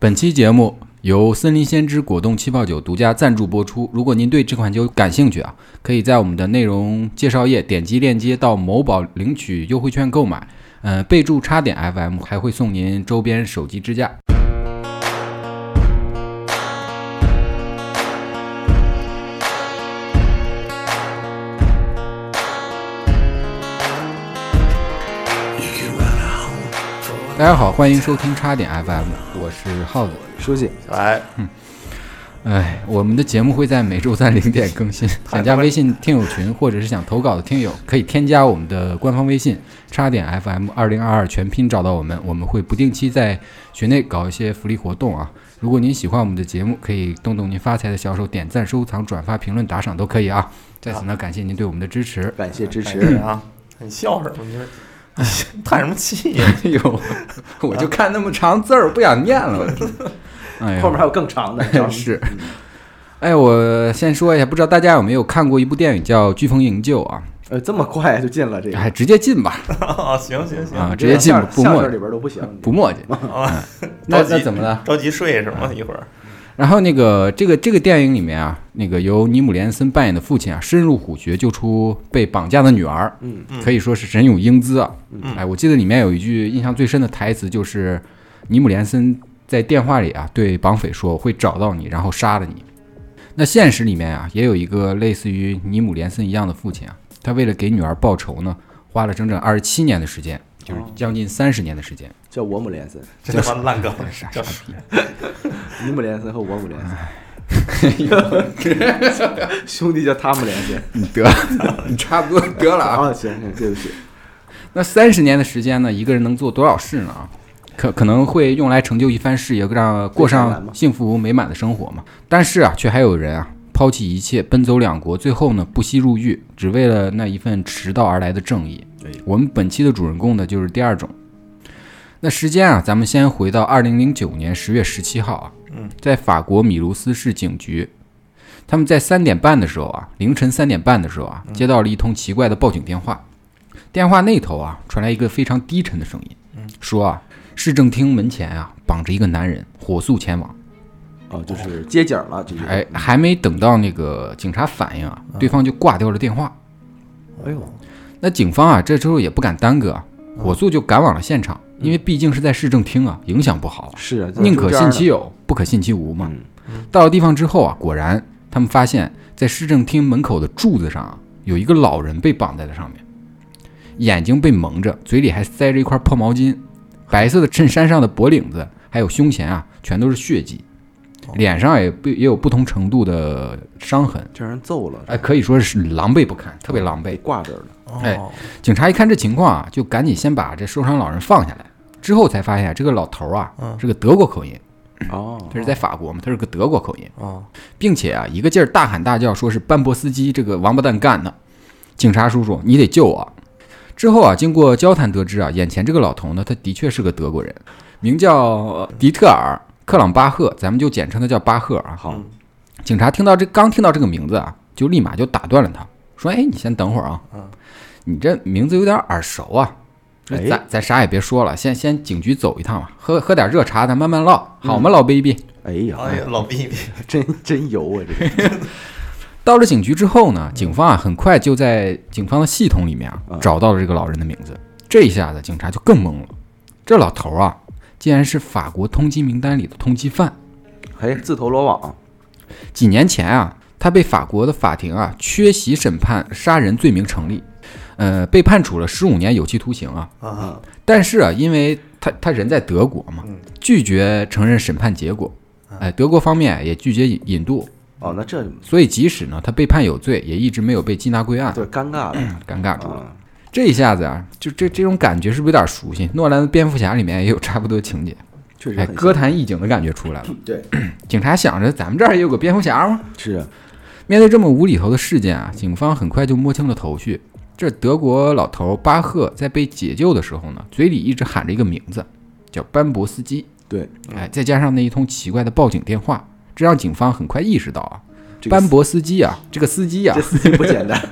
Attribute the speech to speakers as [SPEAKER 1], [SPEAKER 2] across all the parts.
[SPEAKER 1] 本期节目由森林先知果冻气泡酒独家赞助播出。如果您对这款酒感兴趣啊，可以在我们的内容介绍页点击链接到某宝领取优惠券购买。嗯、备注“插点 FM” 还会送您周边手机支架。大家好，欢迎收听插点 FM，我是耗子。
[SPEAKER 2] 书记，
[SPEAKER 3] 哎，
[SPEAKER 1] 哎，我们的节目会在每周三零点更 新。想加微信听友群或者是想投稿的听友，可以添加我们的官方微信“叉点 FM 二零二二”全拼找到我们。我们会不定期在群内搞一些福利活动啊。如果您喜欢我们的节目，可以动动您发财的小手，点赞、收藏、转发、评论、打赏都可以啊。在此呢，感谢您对我们的支持。
[SPEAKER 2] 感谢支
[SPEAKER 3] 感
[SPEAKER 2] 持
[SPEAKER 3] 谢。啊！你笑什么？你这叹什么气呀？
[SPEAKER 1] 哎呦，我就看那么长字儿，不想念了。我 哎呦
[SPEAKER 2] 后面还有更长的，你知道吗 嗯
[SPEAKER 1] 是。哎，我先说一下，不知道大家有没有看过一部电影叫《飓风营救》啊？
[SPEAKER 2] 呃，这么快就进了这个
[SPEAKER 1] 哎，直接进吧，
[SPEAKER 3] 啊，行行行，
[SPEAKER 1] 啊，直接进吧
[SPEAKER 2] 相
[SPEAKER 1] 不
[SPEAKER 2] 相
[SPEAKER 1] 墨
[SPEAKER 2] 声里
[SPEAKER 1] 迹，
[SPEAKER 2] 边都不行。
[SPEAKER 1] 不 墨迹。嗯
[SPEAKER 3] 啊，
[SPEAKER 1] 那
[SPEAKER 3] 着急
[SPEAKER 1] 那怎么了？
[SPEAKER 3] 着急睡是吗？一会儿
[SPEAKER 1] 然后那个这个这个电影里面啊，那个由尼姆·连森扮演的父亲啊，深入虎穴救出被绑架的女儿，
[SPEAKER 2] 嗯，
[SPEAKER 3] 嗯
[SPEAKER 1] 可以说是神勇英姿啊。
[SPEAKER 3] 嗯
[SPEAKER 1] 哎，我记得里面有一句印象最深的台词，就是尼姆·连森在电话里啊对绑匪说：“我会找到你，然后杀了你。”那现实里面啊，也有一个类似于尼姆·连森一样的父亲啊，他为了给女儿报仇呢，花了整整二十七年的时间，就是
[SPEAKER 3] 哦
[SPEAKER 1] 将近三十年的时间。
[SPEAKER 2] 叫我母连森、
[SPEAKER 3] 真他妈烂梗，
[SPEAKER 1] 傻
[SPEAKER 3] 叫
[SPEAKER 2] 你母连森和我母连
[SPEAKER 1] 哎
[SPEAKER 2] 森， 兄弟叫他母连森。
[SPEAKER 1] 你得，你差不多得 了啊。
[SPEAKER 2] 啊，行行，对不起，
[SPEAKER 1] 那三十年的时间呢，一个人能做多少事呢？啊，可可能会用来成就一番事业，让过
[SPEAKER 2] 最惨
[SPEAKER 1] 上
[SPEAKER 2] 嘛
[SPEAKER 1] 幸福美满的生活嘛。但是啊，却还有人啊，抛弃一切，奔走两国，最后呢，不惜入狱，只为了那一份迟到而来的正义
[SPEAKER 2] 哎。
[SPEAKER 1] 我们本期的主人公呢，就是第二种。那时间啊，咱们先回到二零零九年十月十七号啊，
[SPEAKER 3] 嗯，
[SPEAKER 1] 在法国米卢斯市警局，他们在三点半的时候啊，凌晨三点半的时候啊，接到了一通奇怪的报警电话。电话那头啊，传来一个非常低沉的声音，
[SPEAKER 2] 嗯
[SPEAKER 1] 说啊，市政厅门前啊绑着一个男人，火速前往。
[SPEAKER 2] 哦，就是接景了，这就
[SPEAKER 1] 哎，还没等到那个警察反应啊，对方就挂掉了电话。
[SPEAKER 2] 哎呦，
[SPEAKER 1] 那警方啊，这时候也不敢耽搁啊，火速就赶往了现场，因为毕竟是在市政厅啊，影响不好啊。
[SPEAKER 2] 是啊，
[SPEAKER 1] 宁可信其
[SPEAKER 2] 有
[SPEAKER 1] 有，不可信其无嘛。
[SPEAKER 2] 嗯
[SPEAKER 1] 到了地方之后啊，果然他们发现，在市政厅门口的柱子上啊，有一个老人被绑在了上面，眼睛被蒙着，嘴里还塞着一块破毛巾，白色的衬衫上的脖领子还有胸前啊，全都是血迹， 脸上也不也有不同程度的伤痕，
[SPEAKER 2] 这人揍了，
[SPEAKER 1] 哎，可以说是狼狈不堪，特别狼狈
[SPEAKER 2] 被。挂这儿了，
[SPEAKER 1] 哎
[SPEAKER 3] 哦，
[SPEAKER 1] 警察一看这情况啊，就赶紧先把这受伤老人放下来，之后才发现啊这个老头啊
[SPEAKER 3] 嗯
[SPEAKER 1] 是个德国口音，
[SPEAKER 2] 哦，
[SPEAKER 1] 他是在法国嘛，他是个德国口音。
[SPEAKER 3] 哦，
[SPEAKER 1] 并且啊，一个劲儿大喊大叫，说是班博斯基这个王八蛋干的。警察叔叔，你得救我！之后啊，经过交谈得知啊，眼前这个老头呢，他的确是个德国人，名叫呃迪特尔·克朗巴赫，咱们就简称他叫巴赫啊。
[SPEAKER 2] 好，
[SPEAKER 3] 嗯
[SPEAKER 1] 警察听到这刚听到这个名字啊，就立马就打断了他，说：“哎，你先等会儿啊
[SPEAKER 3] 嗯，
[SPEAKER 1] 你这名字有点耳熟啊。”说
[SPEAKER 2] 哎
[SPEAKER 1] 咱咱啥也别说了，先先警局走一趟吧，喝喝点热茶，咱慢慢唠，好吗，老 baby？
[SPEAKER 2] 哎
[SPEAKER 3] 哎
[SPEAKER 2] 呀，
[SPEAKER 3] 呀，老逼逼，
[SPEAKER 2] 真真油啊， 这个，
[SPEAKER 1] 到了警局之后呢，警方啊很快就在警方的系统里面啊
[SPEAKER 2] 嗯
[SPEAKER 1] 找到了这个老人的名字。这一下子警察就更懵了，这老头啊竟然是法国通缉名单里的通缉犯。
[SPEAKER 2] 哎，自投罗网，
[SPEAKER 1] 几年前啊，他被法国的法庭啊缺席审判杀人罪名成立，呃，被判处了十五年有期徒刑啊。
[SPEAKER 3] 啊，
[SPEAKER 1] 但是啊，因为他他人在德国嘛
[SPEAKER 3] 嗯，啊
[SPEAKER 1] 拒绝承认审判结果，哎，德国方面也拒绝引引渡，
[SPEAKER 2] 哦，那这
[SPEAKER 1] 所以即使呢他被判有罪，也一直没有被缉拿归案，
[SPEAKER 2] 对尴尬了
[SPEAKER 1] 尴尬住了。
[SPEAKER 2] 啊，
[SPEAKER 1] 这一下子啊，就这这种感觉是不是有点熟悉？诺兰的《蝙蝠侠》里面也有差不多情节，
[SPEAKER 2] 确实
[SPEAKER 1] 哎，
[SPEAKER 2] 很
[SPEAKER 1] 歌坛一景的感觉出来了。
[SPEAKER 2] 对，
[SPEAKER 1] 警察想着咱们这儿也有个蝙蝠侠吗？
[SPEAKER 2] 是啊，
[SPEAKER 1] 面对这么无厘头的事件啊，警方很快就摸清了头绪。这德国老头巴赫在被解救的时候呢，嘴里一直喊着一个名字，叫班博斯基。
[SPEAKER 2] 对，
[SPEAKER 1] 哎，再加上那一通奇怪的报警电话，这让警方很快意识到啊，
[SPEAKER 2] 这个
[SPEAKER 1] 班博斯基啊，这个司机啊
[SPEAKER 2] 这，嗯司机不简单，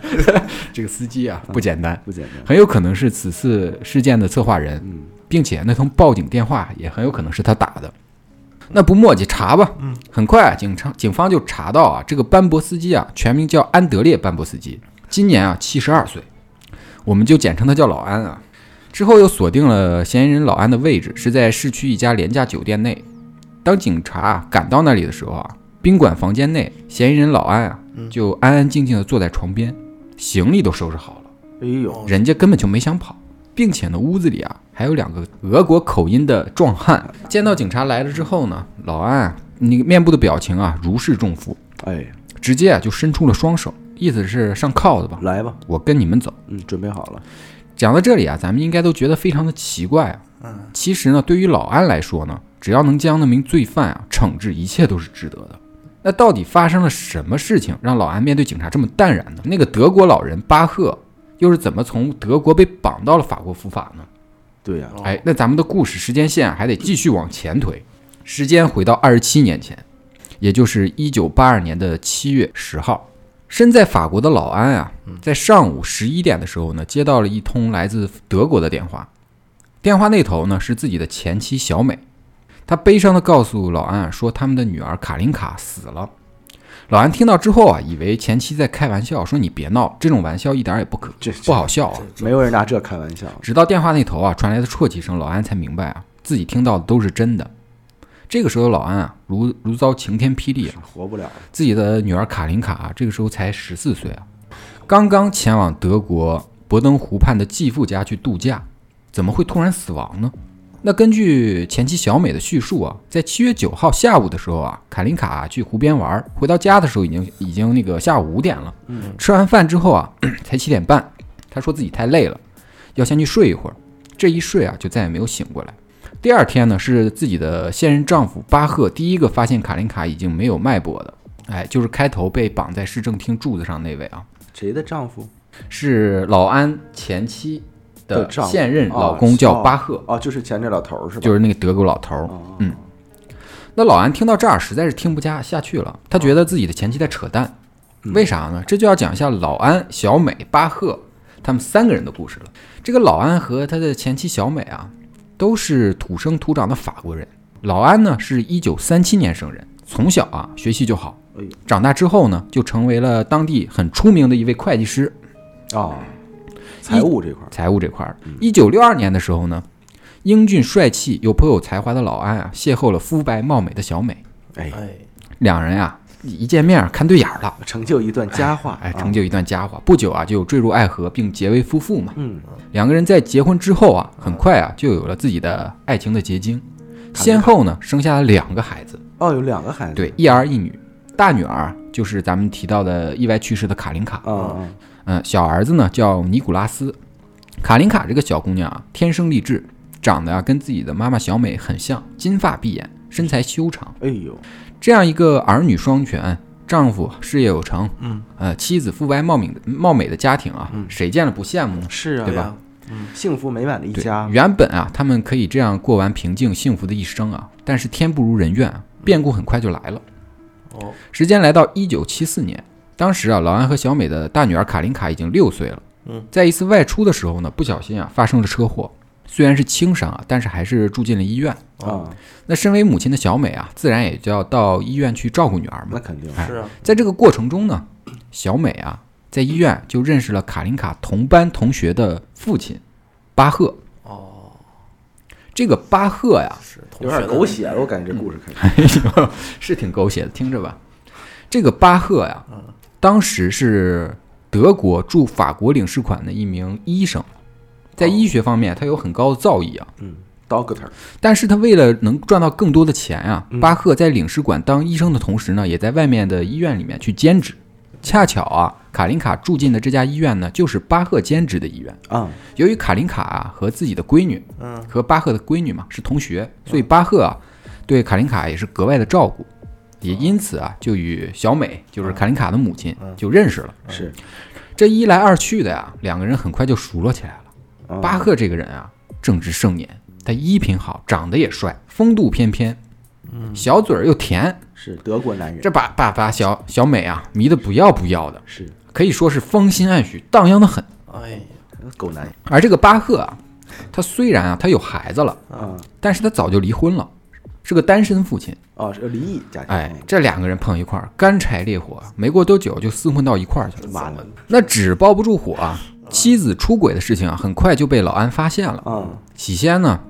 [SPEAKER 1] 这个司机啊 不简单，
[SPEAKER 2] 不简
[SPEAKER 3] 嗯
[SPEAKER 2] 单，
[SPEAKER 1] 很有可能是此次事件的策划人。
[SPEAKER 2] 嗯。
[SPEAKER 1] 并且那通报警电话也很有可能是他打的。那不墨迹，查吧。
[SPEAKER 3] 嗯，
[SPEAKER 1] 很快啊，警察警方就查到啊，这个班博斯基啊，全名叫安德烈·班博斯基，今年啊七十二岁，我们就简称他叫老安啊。之后又锁定了嫌疑人老安的位置是在市区一家廉价酒店内。当警察啊赶到那里的时候啊，宾馆房间内，嫌疑人老安啊
[SPEAKER 3] 嗯
[SPEAKER 1] 就安安静静的坐在床边，行李都收拾好了。
[SPEAKER 2] 哎呦，
[SPEAKER 1] 人家根本就没想跑，并且呢，屋子里啊还有两个俄国口音的壮汉。见到警察来了之后呢，老安啊那个面部的表情啊如释重负，
[SPEAKER 2] 哎，
[SPEAKER 1] 直接啊就伸出了双手，意思是上铐子吧，
[SPEAKER 2] 来吧，
[SPEAKER 1] 我跟你们走。
[SPEAKER 2] 嗯，准备好了，
[SPEAKER 1] 讲到这里啊，咱们应该都觉得非常的奇怪啊。
[SPEAKER 3] 嗯，
[SPEAKER 1] 其实呢，对于老安来说呢，只要能将那名罪犯啊惩治，一切都是值得的。那到底发生了什么事情，让老安面对警察这么淡然呢？那个德国老人巴赫又是怎么从德国被绑到了法国伏法呢？
[SPEAKER 2] 对呀，
[SPEAKER 3] 哦
[SPEAKER 1] 哎，，那咱们的故事时间线啊还得继续往前推，时间回到二十七年前，也就是一九八二年的七月十号，身在法国的老安啊，在上午十一点的时候呢，接到了一通来自德国的电话，电话那头呢是自己的前妻小美，她悲伤的告诉老安啊，说他们的女儿卡琳卡死了。老安听到之后啊，以为前妻在开玩笑，说你别闹，这种玩笑一点儿也不可
[SPEAKER 2] 这
[SPEAKER 1] 不好笑啊。
[SPEAKER 2] 没有人拿这开玩笑，
[SPEAKER 1] 直到电话那头啊传来的啜泣声，老安才明白啊，自己听到的都是真的。这个时候，老安啊，如如遭晴天霹雳啊，
[SPEAKER 2] 活不了，
[SPEAKER 1] 自己的女儿卡琳卡啊，这个时候才十四岁啊，刚刚前往德国伯登湖畔的继父家去度假，怎么会突然死亡呢？那根据前妻小美的叙述啊，在七月九号下午的时候啊，卡琳卡啊、去湖边玩，回到家的时候已经已经那个下午五点了。
[SPEAKER 2] 嗯，
[SPEAKER 1] 吃完饭之后啊， 才七点半，她说自己太累了，要先去睡一会儿。这一睡啊，就再也没有醒过来。第二天呢，是自己的现任丈夫巴赫第一个发现卡琳卡已经没有脉搏的，哎，就是开头被绑在市政厅柱子上那位啊，
[SPEAKER 2] 谁的丈夫？
[SPEAKER 1] 是老安前妻的
[SPEAKER 2] 的丈夫
[SPEAKER 1] 现任
[SPEAKER 2] 哦
[SPEAKER 1] 老公叫
[SPEAKER 2] 哦
[SPEAKER 1] 巴赫，
[SPEAKER 2] 哦，就是前这老头儿是吧？
[SPEAKER 1] 就是那个德国老头儿。
[SPEAKER 2] 哦，
[SPEAKER 1] 嗯那老安听到这儿，实在是听不下下去了，他觉得自己的前妻在扯淡，
[SPEAKER 2] 嗯
[SPEAKER 1] 为啥呢？这就要讲一下老安、小美、巴赫他们三个人的故事了。这个老安和他的前妻小美啊，都是土生土长的法国人。老安呢是一九三七年生人，从小啊学习就好
[SPEAKER 2] 哎呦，
[SPEAKER 1] 长大之后呢就成为了当地很出名的一位会计师。
[SPEAKER 2] 哦，财务这块儿，
[SPEAKER 1] 财务这块儿。一九六二年的时候呢，英俊帅气又颇有才华的老安啊，邂逅了肤白貌美的小美，
[SPEAKER 2] 哎，
[SPEAKER 3] 哎，
[SPEAKER 1] 两人啊一见面看对眼儿了，
[SPEAKER 2] 成就一段佳话，
[SPEAKER 1] 哎，
[SPEAKER 2] 啊
[SPEAKER 1] 成就一段佳话。不久啊，就坠入爱河，并结为夫妇嘛。
[SPEAKER 2] 嗯，
[SPEAKER 1] 两个人在结婚之后啊，很快啊就有了自己的爱情的结晶，先后呢生下了两个孩子，
[SPEAKER 2] 哦，有两个孩子，
[SPEAKER 1] 对，一儿一女。大女儿啊就是咱们提到的意外去世的卡琳卡，
[SPEAKER 2] 嗯，嗯
[SPEAKER 1] 嗯，小儿子呢叫尼古拉斯。卡琳卡这个小姑娘啊，天生丽质，长得啊跟自己的妈妈小美很像，金发碧眼，身材修长。
[SPEAKER 2] 哎呦，
[SPEAKER 1] 这样一个儿女双全、丈夫事业有成，
[SPEAKER 3] 嗯，
[SPEAKER 1] 呃，妻子肤白貌美的貌美的家庭啊，
[SPEAKER 2] 嗯
[SPEAKER 1] 谁见了不羡慕呢？
[SPEAKER 2] 是啊，
[SPEAKER 1] 对吧
[SPEAKER 2] 呀？幸福美满的一
[SPEAKER 1] 对
[SPEAKER 2] 家，，
[SPEAKER 1] 原本啊，他们可以这样过完平静幸福的一生啊，但是天不如人愿啊，变故很快就来了。
[SPEAKER 3] 哦，
[SPEAKER 1] 时间来到一九七四年，当时啊，老安和小美的大女儿卡琳卡已经六岁了。
[SPEAKER 3] 嗯，
[SPEAKER 1] 在一次外出的时候呢，不小心啊发生了车祸，虽然是轻伤啊，但是还是住进了医院。
[SPEAKER 2] 啊，
[SPEAKER 1] 那身为母亲的小美啊，自然也就要到医院去照顾女儿嘛
[SPEAKER 2] 那。肯定，
[SPEAKER 1] 哎
[SPEAKER 3] 是啊，
[SPEAKER 1] 在这个过程中呢，小美啊在医院就认识了卡琳卡同班同学的父亲巴赫。
[SPEAKER 3] 哦，
[SPEAKER 1] 这个巴赫 呀，
[SPEAKER 3] 是
[SPEAKER 2] 有点狗血了，我感觉这故事开始，
[SPEAKER 1] 哎呦，是挺狗血的，听着吧。这个巴赫呀，当时是德国驻法国领事馆的一名医生，在医学方面他有很高的造诣啊。
[SPEAKER 2] 嗯，Doctor，
[SPEAKER 1] 但是他为了能赚到更多的钱啊，巴赫在领事馆当医生的同时呢，也在外面的医院里面去兼职。恰巧啊，卡琳卡住进的这家医院呢，就是巴赫兼职的医院。
[SPEAKER 2] 啊，
[SPEAKER 1] 由于卡琳卡啊和自己的闺女，
[SPEAKER 3] 嗯，
[SPEAKER 1] 和巴赫的闺女嘛是同学，所以巴赫啊对卡琳卡也是格外的照顾，也因此啊就与小美，就是卡琳卡的母亲就认识了。
[SPEAKER 2] 是，
[SPEAKER 1] 这一来二去的呀，两个人很快就熟络起来了。
[SPEAKER 2] 啊
[SPEAKER 1] 巴赫这个人啊正值盛年，他衣品好，长得也帅，风度翩翩，小嘴儿又甜，
[SPEAKER 2] 是德国男人，
[SPEAKER 1] 这把把把小小美啊迷得不要不要的，
[SPEAKER 2] 是
[SPEAKER 1] 可以说是芳心暗许，荡漾的很。
[SPEAKER 3] 哎呀，
[SPEAKER 2] 狗男人
[SPEAKER 1] 而这个巴赫啊，他虽然啊他有孩子了。
[SPEAKER 2] 啊，
[SPEAKER 1] 但是他早就离婚了，是个单身父亲。
[SPEAKER 2] 啊，是离异家庭，
[SPEAKER 1] 哎，这两个人碰一块儿，干柴烈火，没过多久就厮混到一块儿去了。
[SPEAKER 2] 完了
[SPEAKER 1] 那纸包不住火啊！妻子出轨的事情啊，很快就被老安发现了。
[SPEAKER 2] 啊，
[SPEAKER 1] 起先呢，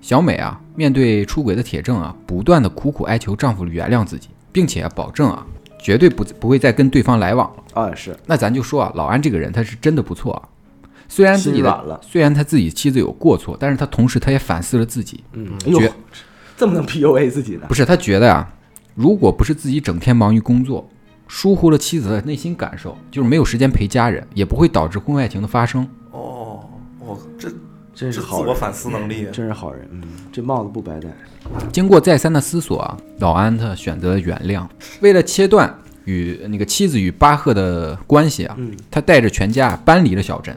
[SPEAKER 1] 小美啊，面对出轨的铁证啊，不断的苦苦哀求丈夫原谅自己，并且、啊、保证啊，绝对不不会再跟对方来往了。
[SPEAKER 2] 啊是
[SPEAKER 1] 那咱就说啊，老安这个人他是真的不错啊，虽然自己
[SPEAKER 2] 心
[SPEAKER 1] 的
[SPEAKER 2] 软了，
[SPEAKER 1] 虽然他自己妻子有过错，但是他同时他也反思了自己，
[SPEAKER 2] 嗯，哎
[SPEAKER 1] 觉
[SPEAKER 2] 呦，这么能 PUA 自己呢
[SPEAKER 1] 不？是他觉得啊，如果不是自己整天忙于工作，疏忽了妻子的内心感受，就是没有时间陪家人，也不会导致婚外情的发生。
[SPEAKER 3] 哦，我这
[SPEAKER 2] 真
[SPEAKER 3] 这
[SPEAKER 2] 是
[SPEAKER 3] 自
[SPEAKER 2] 好
[SPEAKER 3] 我
[SPEAKER 2] 人，
[SPEAKER 3] 反思能力，啊
[SPEAKER 2] 真是好人，嗯，这帽子不白戴，
[SPEAKER 1] 经过再三的思索啊，老安他选择了原谅。为了切断与那个妻子与巴赫的关系啊，
[SPEAKER 2] 嗯
[SPEAKER 1] 他带着全家搬离了小镇，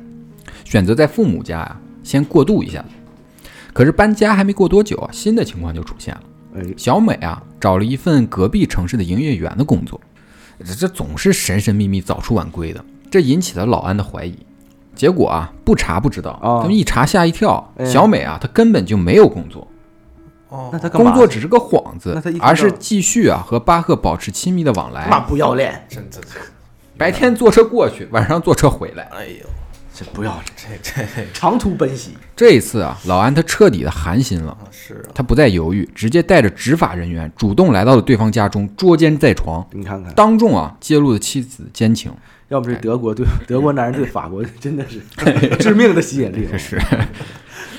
[SPEAKER 1] 选择在父母家啊先过渡一下。可是搬家还没过多久啊，新的情况就出现了。
[SPEAKER 2] 哎，
[SPEAKER 1] 小美啊，找了一份隔壁城市的营业员的工作，这这总是神神秘秘、早出晚归的，这引起了老安的怀疑。结果啊，不查不知道，
[SPEAKER 2] 哦
[SPEAKER 1] 他们一查吓一跳，
[SPEAKER 2] 哎
[SPEAKER 1] 小美啊，她根本就没有工作，
[SPEAKER 3] 哦，
[SPEAKER 2] 那他干嘛
[SPEAKER 1] 工作只是个幌子
[SPEAKER 2] 那她一，天
[SPEAKER 1] 而是
[SPEAKER 2] 到
[SPEAKER 1] 继续啊和巴赫保持亲密的往来，
[SPEAKER 2] 不要脸，
[SPEAKER 3] 真这这，
[SPEAKER 1] 白天坐车过去，晚上坐车回来。
[SPEAKER 3] 哎呦，
[SPEAKER 2] 这不要脸，
[SPEAKER 3] 这这
[SPEAKER 2] 长途奔袭，
[SPEAKER 1] 这一次啊，老安他彻底的寒心了，
[SPEAKER 3] 啊是啊，
[SPEAKER 1] 他不再犹豫，直接带着执法人员主动来到了对方家中，捉奸在床，
[SPEAKER 2] 你看看，
[SPEAKER 1] 当众啊揭露了妻子奸情。
[SPEAKER 2] 要
[SPEAKER 1] 哎
[SPEAKER 2] 不是德国对德国男人对 法国真的是 致命的吸引力，
[SPEAKER 1] 是，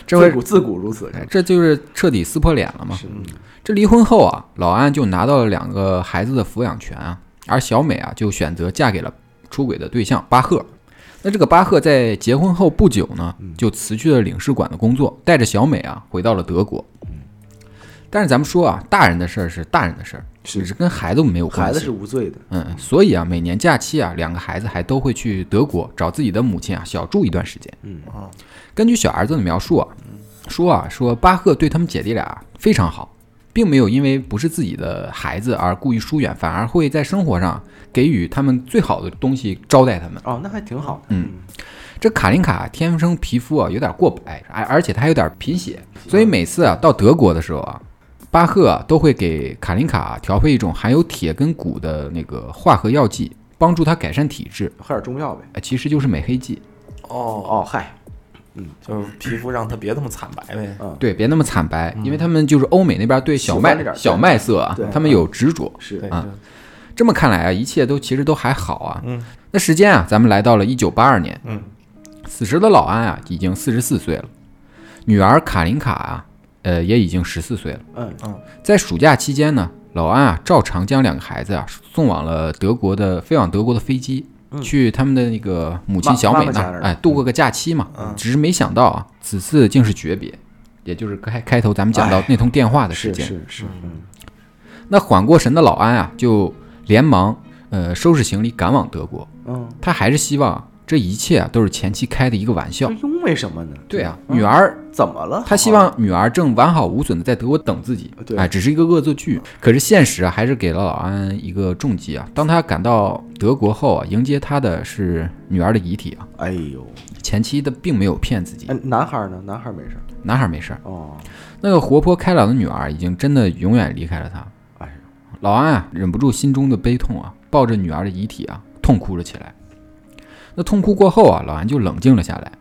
[SPEAKER 1] 这
[SPEAKER 2] 自
[SPEAKER 1] 回
[SPEAKER 2] 古自古如此，
[SPEAKER 1] 哎这就是彻底撕破脸了嘛。
[SPEAKER 2] 是嗯
[SPEAKER 1] 这离婚后啊，老安就拿到了两个孩子的抚养权啊，而小美啊就选择嫁给了出轨的对象巴赫。那这个巴赫在结婚后不久呢，
[SPEAKER 2] 嗯
[SPEAKER 1] 就辞去了领事馆的工作，带着小美啊回到了德国。
[SPEAKER 2] 嗯
[SPEAKER 1] 但是咱们说啊，大人的事儿是大人的事儿，
[SPEAKER 2] 是
[SPEAKER 1] 是跟孩子没有关系。
[SPEAKER 2] 嗯孩子是无罪的，
[SPEAKER 1] 嗯，所以啊，每年假期啊，两个孩子还都会去德国找自己的母亲啊小住一段时间。
[SPEAKER 2] 嗯
[SPEAKER 3] 啊，
[SPEAKER 1] 根据小儿子的描述啊，说啊说巴赫对他们姐弟俩非常好，并没有因为不是自己的孩子而故意疏远，反而会在生活上给予他们最好的东西招待他们。
[SPEAKER 2] 哦，那还挺好的，
[SPEAKER 1] 嗯，这卡琳卡天生皮肤啊有点过白，而而且她还有点贫血，所以每次啊到德国的时候啊，巴赫啊、都会给卡琳卡、调配一种含有铁跟钴的那个化合药剂，帮助她改善体质，
[SPEAKER 2] 喝点中药呗，
[SPEAKER 1] 呃其实就是美黑剂。
[SPEAKER 3] 哦，
[SPEAKER 2] 哦嗨，
[SPEAKER 3] 就是皮肤让他别那么惨白呗，
[SPEAKER 2] 嗯，
[SPEAKER 1] 对，别那么惨白，因为他们就是欧美那边对小
[SPEAKER 2] 喜欢这
[SPEAKER 1] 麦
[SPEAKER 2] 点儿
[SPEAKER 1] 小麦色啊
[SPEAKER 2] 对，
[SPEAKER 1] 他们有执着。
[SPEAKER 2] 是
[SPEAKER 3] 对，
[SPEAKER 1] 啊
[SPEAKER 3] 就
[SPEAKER 1] 这么看来啊，一切都其实都还好啊。
[SPEAKER 3] 嗯，
[SPEAKER 1] 那时间啊，咱们来到了一九八二年，
[SPEAKER 3] 嗯，
[SPEAKER 1] 此时的老安啊已经四十四岁了，女儿卡琳卡啊，呃也已经十四岁了。
[SPEAKER 2] 嗯
[SPEAKER 1] 在暑假期间呢，老安啊照常将两个孩子啊送往了德国的飞往德国的飞机，去他们的那个母亲
[SPEAKER 2] 妈
[SPEAKER 1] 小美
[SPEAKER 2] 嗯妈妈
[SPEAKER 1] 那
[SPEAKER 2] 家那
[SPEAKER 1] 儿，
[SPEAKER 2] 儿
[SPEAKER 1] 哎，度过个假期嘛。
[SPEAKER 3] 嗯
[SPEAKER 1] 只是没想到啊，此次竟是诀别，也就是开开头咱们讲到那通电话的事
[SPEAKER 2] 哎是
[SPEAKER 1] 件。
[SPEAKER 2] 是是，嗯
[SPEAKER 1] 那缓过神的老安啊，就连忙呃收拾行李赶往德国。
[SPEAKER 2] 嗯，
[SPEAKER 1] 他还是希望啊这一切啊都是前妻开的一个玩笑
[SPEAKER 2] 这。因为什么呢？嗯
[SPEAKER 1] 对啊，女儿
[SPEAKER 2] 怎么了？
[SPEAKER 1] 他希望女儿正完好无损的在德国等自己，
[SPEAKER 2] 哦对
[SPEAKER 1] 哎，只是一个恶作剧。可是现实啊，还是给了老安一个重击啊。当他赶到德国后啊，迎接他的是女儿的遗体啊。
[SPEAKER 2] 哎呦，
[SPEAKER 1] 前妻的并没有骗自己
[SPEAKER 2] 哎，，男孩呢？男孩没事儿
[SPEAKER 1] 男孩没事儿。
[SPEAKER 2] 哦，
[SPEAKER 1] 那个活泼开朗的女儿已经真的永远离开了他。
[SPEAKER 2] 哎呦，
[SPEAKER 1] 老安啊，忍不住心中的悲痛啊，抱着女儿的遗体啊，痛哭了起来。那痛哭过后啊，老安就冷静了下来，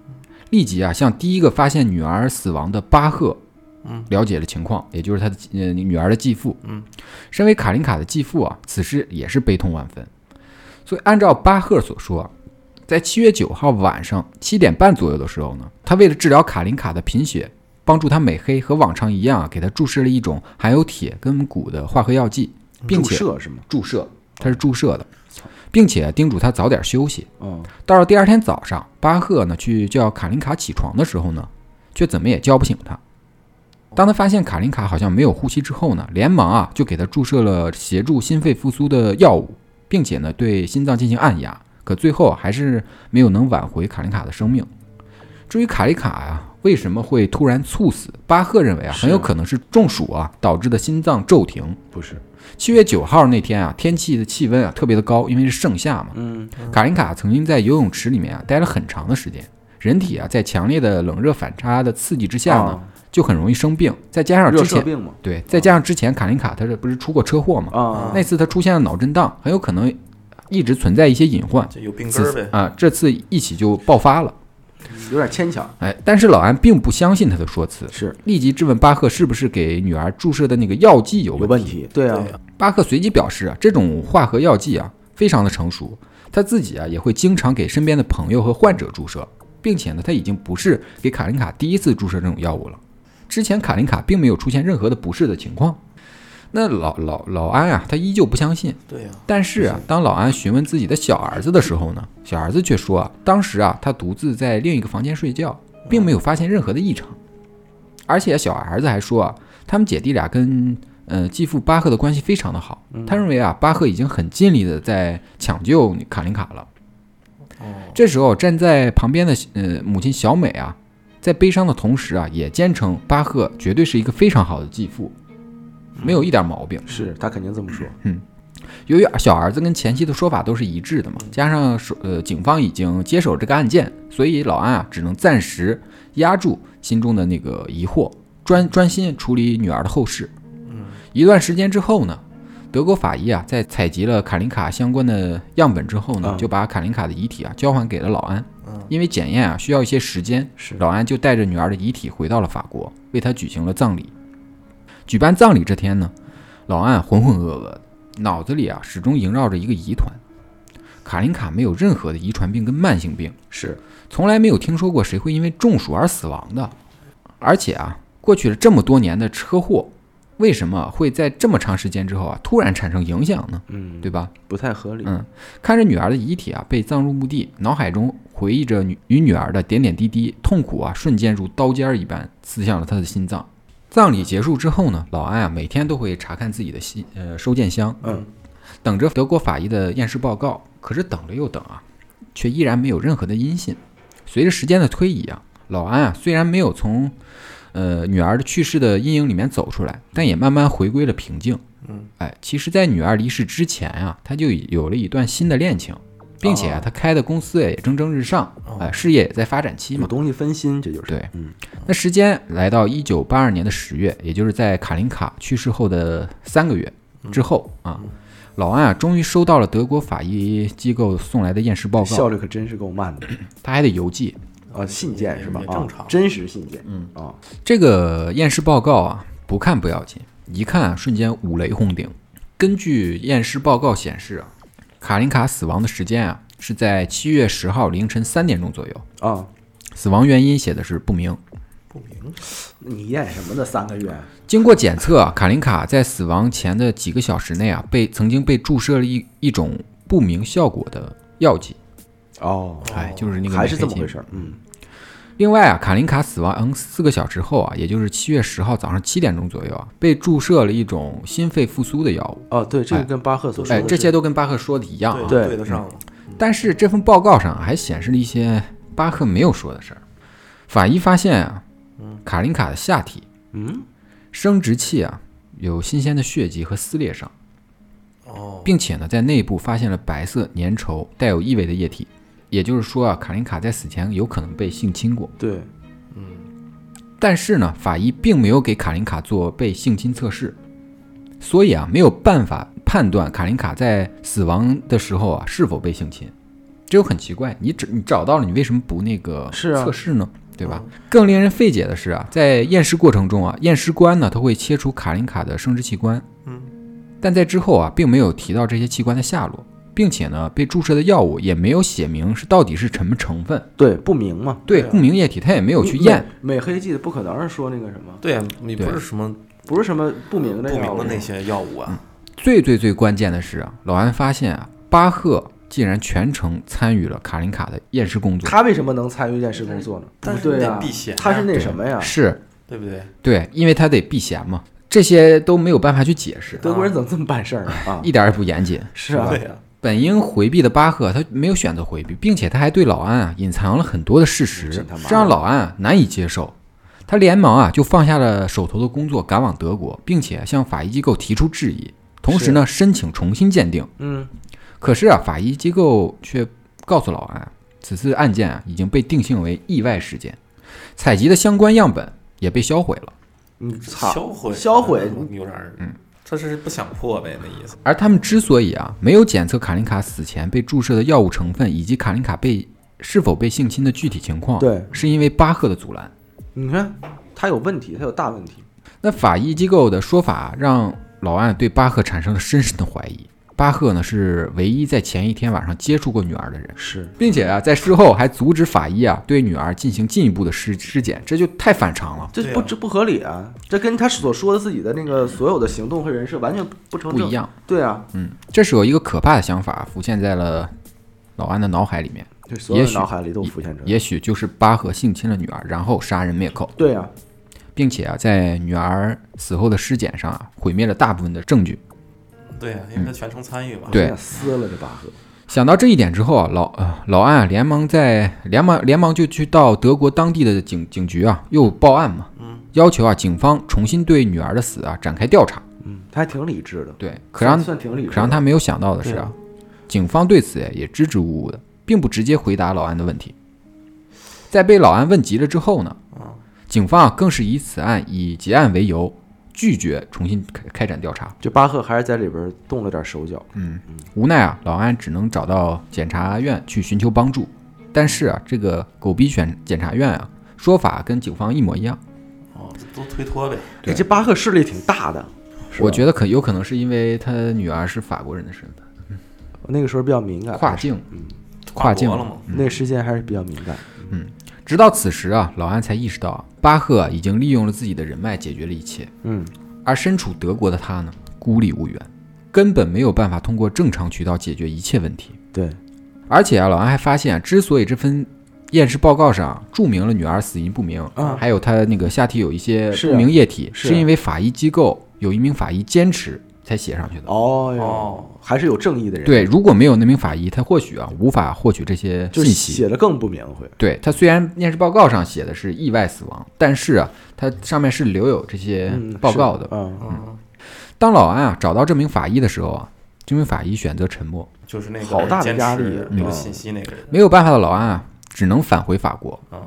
[SPEAKER 1] 立即啊向第一个发现女儿死亡的巴赫，
[SPEAKER 3] 嗯，
[SPEAKER 1] 了解了情况，也就是他的呃女儿的继父，
[SPEAKER 3] 嗯，
[SPEAKER 1] 身为卡琳卡的继父啊，此时也是悲痛万分。所以按照巴赫所说啊，在七月九号晚上七点半左右的时候呢，他为了治疗卡琳卡的贫血，帮助她美黑，和往常一样啊，给她注射了一种含有铁跟钴的化合药剂，并
[SPEAKER 2] 注
[SPEAKER 1] 且
[SPEAKER 2] 射是吗？
[SPEAKER 1] 注射，它是注射的，并且叮嘱她早点休息。
[SPEAKER 2] 嗯，
[SPEAKER 1] 到了第二天早上，巴赫呢去叫卡琳卡起床的时候呢，却怎么也叫不醒她。当他发现卡琳卡好像没有呼吸之后呢，连忙啊就给她注射了协助心肺复苏的药物，并且呢对心脏进行按压，可最后还是没有能挽回卡琳卡的生命。至于卡琳卡啊为什么会突然猝死，巴赫认为啊
[SPEAKER 2] 是
[SPEAKER 1] 很有可能是中暑啊导致的心脏骤停。
[SPEAKER 2] 不是，
[SPEAKER 1] 七月九号那天啊，天气的气温啊特别的高，因为是盛夏嘛，
[SPEAKER 2] 嗯，
[SPEAKER 1] 卡琳卡曾经在游泳池里面啊待了很长的时间，人体啊在强烈的冷热反差的刺激之下呢，
[SPEAKER 2] 哦
[SPEAKER 1] 就很容易生病。再加上
[SPEAKER 2] 热
[SPEAKER 1] 之
[SPEAKER 2] 射
[SPEAKER 1] 前
[SPEAKER 2] 病嘛，
[SPEAKER 1] 对，再加上之前卡琳卡她这不是出过车祸嘛？
[SPEAKER 2] 啊，
[SPEAKER 1] 那次她出现了脑震荡，很有可能一直存在一些隐患。
[SPEAKER 3] 就有病根儿
[SPEAKER 1] 此
[SPEAKER 3] 呗。
[SPEAKER 1] 啊，这次一起就爆发了。
[SPEAKER 2] 有点牵强，
[SPEAKER 1] 哎，但是老安并不相信他的说辞，
[SPEAKER 2] 是
[SPEAKER 1] 立即质问巴赫是不是给女儿注射的那个药剂有
[SPEAKER 2] 有
[SPEAKER 1] 问
[SPEAKER 2] 问
[SPEAKER 1] 题。
[SPEAKER 2] 题，对啊
[SPEAKER 3] 对，啊
[SPEAKER 1] 巴赫随即表示啊，这种化合药剂啊非常的成熟，他自己啊也会经常给身边的朋友和患者注射，并且呢，他已经不是给卡琳卡第一次注射这种药物了。之前卡琳卡并没有出现任何的不适的情况。那老老老安啊，他依旧不相信。
[SPEAKER 3] 对呀，
[SPEAKER 1] 但是啊，当老安询问自己的小儿子的时候呢，小儿子却说啊，当时啊，他独自在另一个房间睡觉，并没有发现任何的异常。而且小儿子还说啊，他们姐弟俩跟呃继父巴赫的关系非常的好，他认为啊，巴赫已经很尽力的在抢救卡琳卡了。
[SPEAKER 3] 哦，
[SPEAKER 1] 这时候站在旁边的呃母亲小美啊，在悲伤的同时啊，也坚称巴赫绝对是一个非常好的继父，没有一点毛病。
[SPEAKER 2] 是他肯定这么说，
[SPEAKER 1] 由于小儿子跟前妻的说法都是一致的嘛，加上手呃警方已经接手这个案件，所以老安啊只能暂时压住心中的那个疑惑，专专心处理女儿的后事。
[SPEAKER 3] 嗯，
[SPEAKER 1] 一段时间之后呢，德国法医啊在采集了卡琳卡相关的样本之后呢，
[SPEAKER 2] 嗯
[SPEAKER 1] 就把卡琳卡的遗体啊交还给了老安
[SPEAKER 3] 嗯，
[SPEAKER 1] 因为检验啊需要一些时间，
[SPEAKER 2] 是
[SPEAKER 1] 老安就带着女儿的遗体回到了法国，为她举行了葬礼。举办葬礼这天呢，老安浑浑噩噩的，脑子里啊始终萦绕着一个疑团：卡琳卡没有任何的遗传病跟慢性病，
[SPEAKER 2] 是
[SPEAKER 1] 从来没有听说过谁会因为中暑而死亡的。而且啊，过去了这么多年的车祸，为什么会在这么长时间之后啊突然产生影响呢？
[SPEAKER 2] 嗯，
[SPEAKER 1] 对吧？
[SPEAKER 2] 不太合理，
[SPEAKER 1] 嗯看着女儿的遗体啊被葬入墓地，脑海中回忆着女与女儿的点点滴滴，痛苦啊瞬间如刀尖儿一般刺向了他的心脏。葬礼结束之后呢，老安啊每天都会查看自己的信呃收件箱，
[SPEAKER 2] 嗯，
[SPEAKER 1] 等着德国法医的验尸报告。可是等了又等啊，却依然没有任何的音信。随着时间的推移啊，老安啊虽然没有从呃女儿的去世的阴影里面走出来，但也慢慢回归了平静。
[SPEAKER 3] 嗯，
[SPEAKER 1] 哎，其实，在女儿离世之前啊，他就已有了一段新的恋情，并且啊，
[SPEAKER 2] 哦
[SPEAKER 1] 他开的公司也蒸蒸日上，哎，事业也在发展期
[SPEAKER 2] 有
[SPEAKER 1] 嘛。
[SPEAKER 2] 东西分心，这就是，
[SPEAKER 1] 对，
[SPEAKER 2] 嗯，
[SPEAKER 1] 那时间来到一九八二年的十月，也就是在卡琳卡去世后的三个月之后啊，老安啊终于收到了德国法医机构送来的验尸报告，
[SPEAKER 2] 效率可真是够慢的
[SPEAKER 1] 他还得邮寄。
[SPEAKER 2] 啊，信件是吧
[SPEAKER 3] 也？
[SPEAKER 2] 啊
[SPEAKER 3] 正常
[SPEAKER 2] 真实信件，嗯啊，
[SPEAKER 1] 这个验尸报告啊，不看不要紧，一看啊，瞬间五雷轰顶。根据验尸报告显示啊，卡琳卡死亡的时间啊是在七月十号凌晨三点钟左右，
[SPEAKER 2] 啊，
[SPEAKER 1] 死亡原因写的是不明。
[SPEAKER 3] 不明
[SPEAKER 2] 你演什么呢？三个月，
[SPEAKER 1] 经过检测啊，卡琳卡在死亡前的几个小时内啊，被曾经被注射了一一种不明效果的药剂，
[SPEAKER 2] 哦，
[SPEAKER 1] 哎，就是那个
[SPEAKER 2] 还是
[SPEAKER 1] 美菲
[SPEAKER 2] 这么
[SPEAKER 1] 金
[SPEAKER 2] 回事儿，嗯，
[SPEAKER 1] 另外啊，卡琳卡死亡嗯四个小时后啊，也就是七月十号早上七点钟左右啊，被注射了一种心肺复苏的药物。
[SPEAKER 2] 哦，对，这
[SPEAKER 1] 哎
[SPEAKER 2] 个跟巴赫所说
[SPEAKER 1] 哎，
[SPEAKER 2] 的
[SPEAKER 1] 这
[SPEAKER 2] 是
[SPEAKER 1] 些都跟巴赫说的一样啊。
[SPEAKER 3] 对
[SPEAKER 2] 对
[SPEAKER 3] 对得上了，
[SPEAKER 1] 但是这份报告上还显示了一些巴赫没有说的事儿。法医发现啊，卡琳卡的下体
[SPEAKER 2] 嗯，
[SPEAKER 1] 生殖器啊有新鲜的血迹和撕裂伤，
[SPEAKER 3] 哦，
[SPEAKER 1] 并且呢在内部发现了白色粘稠带有异味的液体。也就是说啊，卡琳卡在死前有可能被性侵过。
[SPEAKER 2] 对，
[SPEAKER 3] 嗯
[SPEAKER 1] 但是呢，法医并没有给卡琳卡做被性侵测试，所以啊，没有办法判断卡琳卡在死亡的时候啊是否被性侵。这就很奇怪，你找你找到了，你为什么不那个
[SPEAKER 2] 是啊
[SPEAKER 1] 测试呢？对吧？
[SPEAKER 3] 嗯
[SPEAKER 1] 更令人费解的是啊，在验尸过程中啊，验尸官呢他会切除卡琳卡的生殖器官，
[SPEAKER 3] 嗯，
[SPEAKER 1] 但在之后啊，并没有提到这些器官的下落，并且呢，被注射的药物也没有写明是到底是什么成分。
[SPEAKER 2] 对，不明嘛，
[SPEAKER 1] 对，
[SPEAKER 3] 对啊
[SPEAKER 1] 不明液体他也没有去
[SPEAKER 2] 美
[SPEAKER 1] 验，
[SPEAKER 2] 美黑记的不可能是说那个什么，
[SPEAKER 3] 对啊，你不
[SPEAKER 1] 对
[SPEAKER 3] 是什么
[SPEAKER 2] 不是什么不明的
[SPEAKER 3] 不
[SPEAKER 2] 药
[SPEAKER 3] 明
[SPEAKER 2] 物嗯
[SPEAKER 3] 的那些药物啊，
[SPEAKER 1] 最最最关键的是啊，老安发现啊，巴赫竟然全程参与了卡琳卡的验尸工作。
[SPEAKER 2] 他为什么能参与验尸工作呢？
[SPEAKER 3] 但是
[SPEAKER 2] 不对呀、啊
[SPEAKER 3] 得避嫌呀
[SPEAKER 2] 他是那
[SPEAKER 1] 对
[SPEAKER 2] 什么呀？
[SPEAKER 1] 是
[SPEAKER 3] 对不对？
[SPEAKER 1] 对，因为他得避嫌嘛，这些都没有办法去解释，
[SPEAKER 2] 德国人怎么这么办事儿呢？啊，
[SPEAKER 1] 一点儿也不严谨。
[SPEAKER 2] 是啊，
[SPEAKER 3] 对呀
[SPEAKER 1] 本应回避的巴赫，他没有选择回避，并且他还对老安啊隐藏了很多的事实
[SPEAKER 2] 真他妈，的
[SPEAKER 1] 这让老安啊难以接受。他连忙啊就放下了手头的工作，赶往德国，并且向法医机构提出质疑，同时呢申请重新鉴定。
[SPEAKER 2] 嗯，
[SPEAKER 1] 可是啊，法医机构却告诉老安啊，此次案件啊已经被定性为意外事件，采集的相关样本也被销毁了。
[SPEAKER 2] 嗯，操，
[SPEAKER 3] 销毁
[SPEAKER 2] 销毁嗯
[SPEAKER 3] 有点儿，他是不想破呗，那意思。
[SPEAKER 1] 而他们之所以啊没有检测卡琳卡死前被注射的药物成分以及卡琳卡被是否被性侵的具体情况，
[SPEAKER 2] 对，
[SPEAKER 1] 是因为巴赫的阻拦。
[SPEAKER 2] 你看他有问题，他有大问题。
[SPEAKER 1] 那法医机构的说法让老安对巴赫产生了深深的怀疑。巴赫呢是唯一在前一天晚上接触过女儿的人，
[SPEAKER 2] 是，
[SPEAKER 1] 并且啊在事后还阻止法医啊对女儿进行进一步的尸尸检，这就太反常了，
[SPEAKER 2] 这
[SPEAKER 3] 对
[SPEAKER 2] 不
[SPEAKER 3] 啊嗯
[SPEAKER 2] 这不合理啊！这跟他所说的自己的那个所有的行动和人设完全不成
[SPEAKER 1] 不
[SPEAKER 2] 正
[SPEAKER 1] 一。样。
[SPEAKER 2] 对啊，
[SPEAKER 1] 嗯，这时候一个可怕的想法浮现在了老安的脑海里面，
[SPEAKER 2] 对，所有
[SPEAKER 1] 也
[SPEAKER 2] 人
[SPEAKER 1] 许
[SPEAKER 2] 脑海里都浮现着。
[SPEAKER 1] 也许就是巴赫性侵了女儿，然后杀人灭口。
[SPEAKER 2] 对啊，
[SPEAKER 1] 并且啊，在女儿死后的尸检上啊，毁灭了大部分的证据。
[SPEAKER 3] 对啊，
[SPEAKER 2] 嗯
[SPEAKER 3] 因为他全程参与嘛。
[SPEAKER 1] 对
[SPEAKER 2] 哎呀撕了这巴赫。
[SPEAKER 1] 想到这一点之后啊，老呃老安啊，连忙在连忙连忙就去到德国当地的警警局啊，又报案嘛，要求啊警方重新对女儿的死啊展开调查。
[SPEAKER 2] 嗯，他还挺理智的。
[SPEAKER 1] 对，可让
[SPEAKER 2] 算算挺理智
[SPEAKER 1] 可
[SPEAKER 2] 的，
[SPEAKER 1] 让他没有想到的是啊，警方对此也支支吾吾的，并不直接回答老安的问题。在被老安问急了之后呢，警方啊更是以此案以结案为由，拒绝重新开开展调查。
[SPEAKER 2] 就巴赫还是在里边动了点手脚。
[SPEAKER 1] 无奈啊，老安只能找到检察院去寻求帮助。但是啊，这个狗逼选检察院啊，说法跟警方一模一样。
[SPEAKER 2] 嗯
[SPEAKER 3] 哦，都推脱呗。
[SPEAKER 1] 对
[SPEAKER 2] 哎这巴赫势力挺大的，是吧
[SPEAKER 1] 我觉得可有可能是因为他女儿是法国人的身份，
[SPEAKER 2] 我那个时候比较敏感，啊
[SPEAKER 1] 跨嗯境。跨
[SPEAKER 3] 跨
[SPEAKER 1] 境
[SPEAKER 3] 国了嘛，
[SPEAKER 2] 那个时间还是比较敏感。
[SPEAKER 1] 直到此时啊，老安才意识到啊，巴赫啊已经利用了自己的人脉解决了一切，
[SPEAKER 2] 嗯，
[SPEAKER 1] 而身处德国的他呢，孤立无援，根本没有办法通过正常渠道解决一切问题。
[SPEAKER 2] 对，
[SPEAKER 1] 而且啊，老安还发现啊，之所以这份验尸报告上啊注明了女儿死因不明，
[SPEAKER 2] 啊
[SPEAKER 1] 还有她那个下体有一些
[SPEAKER 2] 是啊
[SPEAKER 1] 不明液体，
[SPEAKER 2] 是啊
[SPEAKER 1] 是因为法医机构有一名法医坚持才写上去的。
[SPEAKER 2] 哦
[SPEAKER 3] 哦
[SPEAKER 2] 哟，还是有正义的人，，
[SPEAKER 1] 对，如果没有那名法医，他或许啊无法获取这些
[SPEAKER 2] 就
[SPEAKER 1] 信息。
[SPEAKER 2] 写的更不明会。
[SPEAKER 1] 对他虽然验尸报告上写的是意外死亡，但是啊，他上面是留有这些
[SPEAKER 2] 嗯，
[SPEAKER 1] 报告的。
[SPEAKER 2] 是嗯，
[SPEAKER 3] 嗯，
[SPEAKER 1] 当老安啊找到这名法医的时候啊，这名法医选择沉默，
[SPEAKER 3] 就是那个
[SPEAKER 2] 好大的
[SPEAKER 3] 坚持
[SPEAKER 2] 压力
[SPEAKER 3] 那
[SPEAKER 2] 嗯
[SPEAKER 3] 个信息那个人，
[SPEAKER 1] 没有办法的老安啊，只能返回法国。
[SPEAKER 3] 嗯，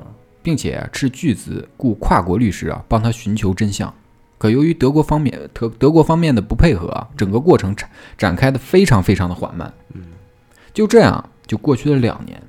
[SPEAKER 1] 并且啊斥巨资雇跨国律师啊，帮他寻求真相。可由于德国方面德德国方面的不配合啊，整个过程展展开的非常非常的缓慢。嗯，就这样啊就过去了两年。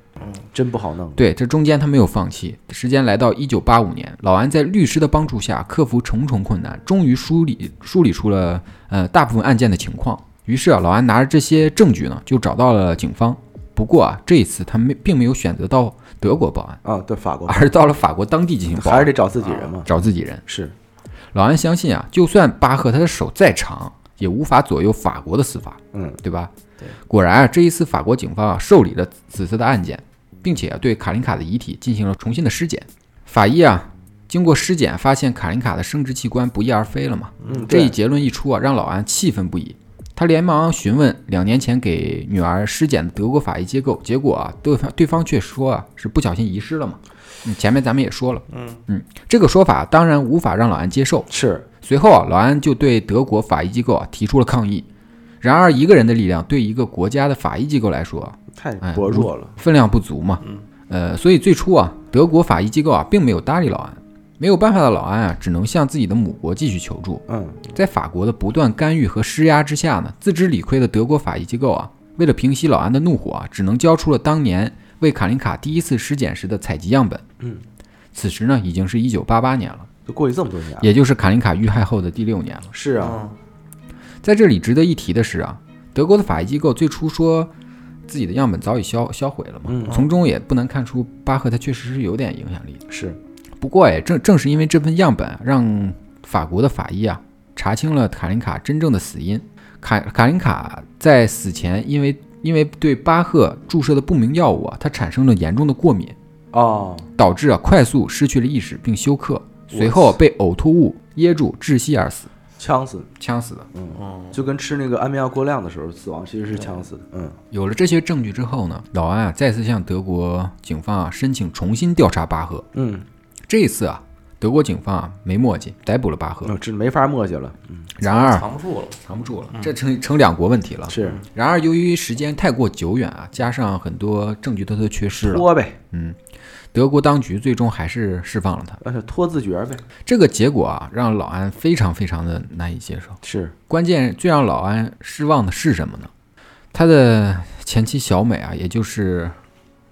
[SPEAKER 2] 真不好弄。
[SPEAKER 1] 对，这中间他没有放弃。时间来到一九八五年，老安在律师的帮助下，克服重重困难，终于梳理梳理出了呃大部分案件的情况。于是啊，老安拿着这些证据呢，就找到了警方。不过啊，这一次他没并没有选择到德国报案，
[SPEAKER 2] 啊，对，法国
[SPEAKER 1] 而是到了法国当地进行报案啊
[SPEAKER 2] 还是。得找自己人嘛。
[SPEAKER 1] 找自己人。
[SPEAKER 2] 是，
[SPEAKER 1] 老安相信啊，就算巴赫他的手再长，也无法左右法国的司法，
[SPEAKER 2] 嗯，
[SPEAKER 1] 对吧？
[SPEAKER 3] 对。
[SPEAKER 1] 果然啊，这一次法国警方啊受理了此次的案件，并且、啊、对卡琳卡的遗体进行了重新的尸检。法医啊，经过尸检发现卡琳卡的生殖器官不翼而飞了嘛？
[SPEAKER 2] 嗯，
[SPEAKER 1] 这一
[SPEAKER 2] 对，
[SPEAKER 1] 结论一出啊，让老安气愤不已。他连忙询问两年前给女儿尸检的德国法医机构，结果啊，对方对方却说啊是不小心遗失了嘛。嗯，前面咱们也说了，
[SPEAKER 3] 嗯
[SPEAKER 1] 这个说法当然无法让老安接受，
[SPEAKER 2] 是
[SPEAKER 1] 随后啊，老安就对德国法医机构啊提出了抗议。然而，一个人的力量对一个国家的法医机构来说啊
[SPEAKER 2] 太
[SPEAKER 1] 哎
[SPEAKER 2] 薄弱了。
[SPEAKER 1] 分量不足嘛。呃，所以最初啊，德国法医机构啊并没有搭理老安。没有办法的老安啊，只能向自己的母国继续求助。
[SPEAKER 2] 嗯，
[SPEAKER 1] 在法国的不断干预和施压之下呢，自知理亏的德国法医机构啊，为了平息老安的怒火啊，只能交出了当年为卡琳卡第一次尸检时的采集样本。
[SPEAKER 2] 嗯，
[SPEAKER 1] 此时呢，已经是一九八八年了，
[SPEAKER 2] 就过去这么多年了。
[SPEAKER 1] 也就是卡琳卡遇害后的第六年了。
[SPEAKER 2] 是啊，
[SPEAKER 3] 嗯
[SPEAKER 1] 在这里值得一提的是啊，德国的法医机构最初说自己的样本早已销销毁了嘛，
[SPEAKER 2] 嗯
[SPEAKER 1] 从中也不难看出巴赫他确实是有点影响力的。
[SPEAKER 2] 是
[SPEAKER 1] 不过哎，正正是因为这份样本啊让法国的法医啊查清了卡琳卡真正的死因。卡卡琳卡在死前因为因为对巴赫注射的不明药物啊，她产生了严重的过敏，
[SPEAKER 2] 哦，
[SPEAKER 1] 导致啊快速失去了意识并休克，随后被呕吐物噎住窒息而死，
[SPEAKER 2] 呛死，
[SPEAKER 1] 呛死的。
[SPEAKER 3] 嗯，
[SPEAKER 2] 就跟吃那个安眠药过量的时候死亡其实是呛死的。嗯，
[SPEAKER 1] 有了这些证据之后呢，老安啊再次向德国警方啊申请重新调查巴赫。
[SPEAKER 2] 嗯，
[SPEAKER 1] 这一次啊，德国警方啊没墨迹，逮捕了巴赫。
[SPEAKER 2] 哦这没法磨叽了。
[SPEAKER 1] 然而
[SPEAKER 3] 藏不住了，
[SPEAKER 1] 嗯藏不住了，这成成两国问题了。
[SPEAKER 2] 是
[SPEAKER 1] 啊然而由于时间太过久远啊，加上很多证据都都缺失了，
[SPEAKER 2] 拖呗。
[SPEAKER 1] 德国当局最终还是释放了他。
[SPEAKER 2] 而且呃拖字诀呗，
[SPEAKER 1] 这个结果啊，让老安非常非常的难以接受。
[SPEAKER 2] 是
[SPEAKER 1] 关键最让老安失望的是什么呢？他的前妻小美啊，也就是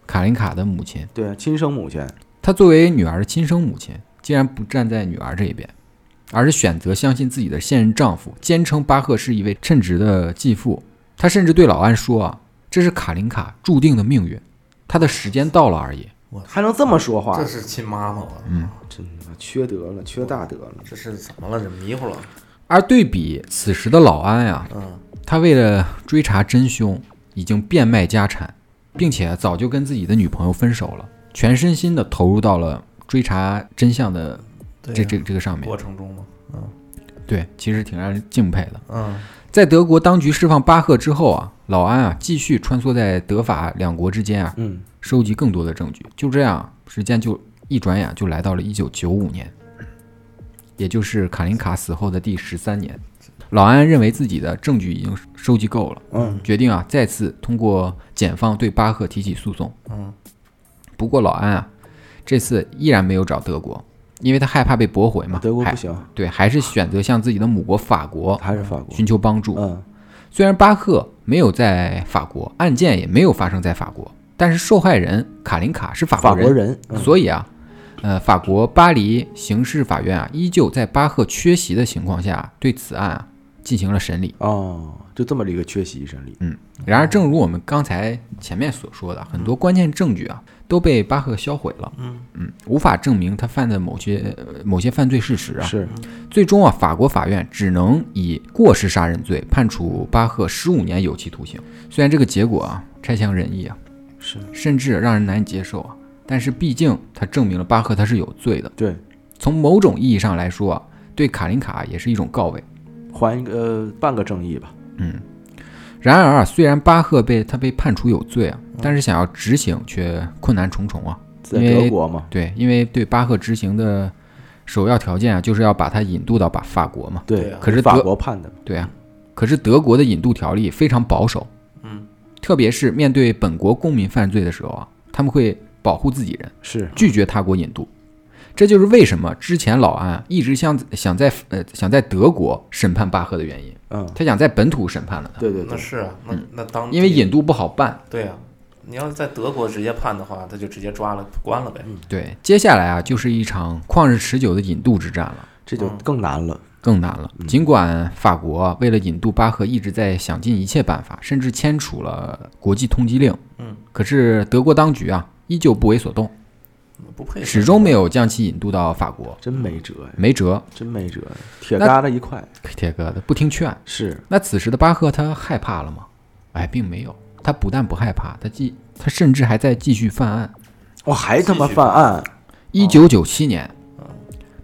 [SPEAKER 1] 卡琳卡的母亲，
[SPEAKER 2] 对亲生母亲，
[SPEAKER 1] 她作为女儿的亲生母亲，竟然不站在女儿这一边，而是选择相信自己的现任丈夫，坚称巴赫是一位称职的继父。她甚至对老安说啊，这是卡琳卡注定的命运，她的时间到了而已。
[SPEAKER 2] 还能这么说话
[SPEAKER 3] 这，是亲妈妈
[SPEAKER 2] 嗯
[SPEAKER 3] 了，
[SPEAKER 2] 真的缺德了，缺大德了。
[SPEAKER 3] 这是怎么了？这迷糊了，
[SPEAKER 1] 而对比此时的老安呀、
[SPEAKER 3] 嗯，
[SPEAKER 1] 他为了追查真凶，已经变卖家产，并且早就跟自己的女朋友分手了，全身心的投入到了追查真相的
[SPEAKER 3] 对
[SPEAKER 1] 这
[SPEAKER 3] 呀
[SPEAKER 1] 这这个上面。
[SPEAKER 3] 过程中嘛，
[SPEAKER 1] 对，其实挺让人敬佩的。
[SPEAKER 3] 嗯，
[SPEAKER 1] 在德国当局释放巴赫之后啊，老安啊继续穿梭在德法两国之间啊，
[SPEAKER 2] 嗯，
[SPEAKER 1] 收集更多的证据。就这样，时间就一转眼就来到了一九九五年，也就是卡琳卡死后的第十三年。老安认为自己的证据已经收集够了，
[SPEAKER 2] 嗯，
[SPEAKER 1] 决定啊再次通过检方对巴赫提起诉讼。
[SPEAKER 3] 嗯，
[SPEAKER 1] 不过老安啊这次依然没有找德国，因为他害怕被驳回嘛，
[SPEAKER 2] 德国
[SPEAKER 1] 还
[SPEAKER 2] 不行，
[SPEAKER 1] 对，还是选择向自己的母国法国
[SPEAKER 2] 还是法国。
[SPEAKER 1] 寻求帮助。
[SPEAKER 2] 嗯，
[SPEAKER 1] 虽然巴赫没有在法国，案件也没有发生在法国，但是受害人卡琳卡是法
[SPEAKER 2] 法
[SPEAKER 1] 国人，
[SPEAKER 2] 国人，嗯
[SPEAKER 1] 所以啊，呃，法国巴黎刑事法院啊，依旧在巴赫缺席的情况下，对此案啊进行了审理。
[SPEAKER 2] 哦，就这么一个缺席审理。
[SPEAKER 1] 然而，正如我们刚才前面所说的，很多关键证据啊都被巴赫销毁了，
[SPEAKER 3] 嗯
[SPEAKER 1] 无法证明他犯的某些、呃某些犯罪事实啊。
[SPEAKER 2] 是，
[SPEAKER 1] 最终啊，法国法院只能以过失杀人罪判处巴赫十五年有期徒刑。虽然这个结果啊差强人意啊，
[SPEAKER 2] 是
[SPEAKER 1] 甚至让人难以接受啊，但是毕竟他证明了巴赫他是有罪的。
[SPEAKER 2] 对，
[SPEAKER 1] 从某种意义上来说啊，对卡琳卡也是一种告慰。
[SPEAKER 2] 还一个呃半个正义吧。
[SPEAKER 1] 然而啊，虽然巴赫被他被判处有罪啊，但是想要执行却困难重重啊。
[SPEAKER 2] 在
[SPEAKER 1] 因为
[SPEAKER 2] 德国嘛，
[SPEAKER 1] 对，因为对巴赫执行的首要条件啊，就是要把他引渡到法法国嘛。
[SPEAKER 3] 对
[SPEAKER 2] 对
[SPEAKER 3] 啊，
[SPEAKER 1] 可是
[SPEAKER 2] 法
[SPEAKER 1] 德
[SPEAKER 2] 国判的嘛，
[SPEAKER 1] 对啊，可是德国的引渡条例非常保守，
[SPEAKER 3] 嗯，
[SPEAKER 1] 特别是面对本国公民犯罪的时候啊，他们会保护自己人，
[SPEAKER 2] 是
[SPEAKER 1] 拒绝他国引渡。这就是为什么之前老安啊一直想想在呃想在德国审判巴赫的原因，
[SPEAKER 2] 嗯，
[SPEAKER 1] 他想在本土审判了他，
[SPEAKER 2] 对对嗯
[SPEAKER 3] 那
[SPEAKER 2] 对，
[SPEAKER 3] 是啊，那那当地
[SPEAKER 1] 因为引渡不好办。
[SPEAKER 3] 对啊，你要是在德国直接判的话，他就直接抓了关了呗，
[SPEAKER 1] 对，接下来啊就是一场旷日持久的引渡之战了。
[SPEAKER 2] 这就
[SPEAKER 3] 嗯
[SPEAKER 2] 更难了。
[SPEAKER 1] 更难了。尽管法国为了引渡巴赫，一直在想尽一切办法，甚至签署了国际通缉令，
[SPEAKER 3] 嗯，
[SPEAKER 1] 可是德国当局啊依旧不为所动，
[SPEAKER 3] 不配合
[SPEAKER 1] 始终没有将其引渡到法国。
[SPEAKER 2] 真没辙呀，
[SPEAKER 1] 没辙，
[SPEAKER 2] 真没辙呀，铁
[SPEAKER 1] 那
[SPEAKER 2] 疙瘩一块。
[SPEAKER 1] 铁哥的不听劝。
[SPEAKER 2] 是，
[SPEAKER 1] 那此时的巴赫他害怕了吗？哎，并没有。他不但不害怕，他继他甚至还在继续犯案。
[SPEAKER 2] 我还他妈犯案，
[SPEAKER 1] 一九九七年，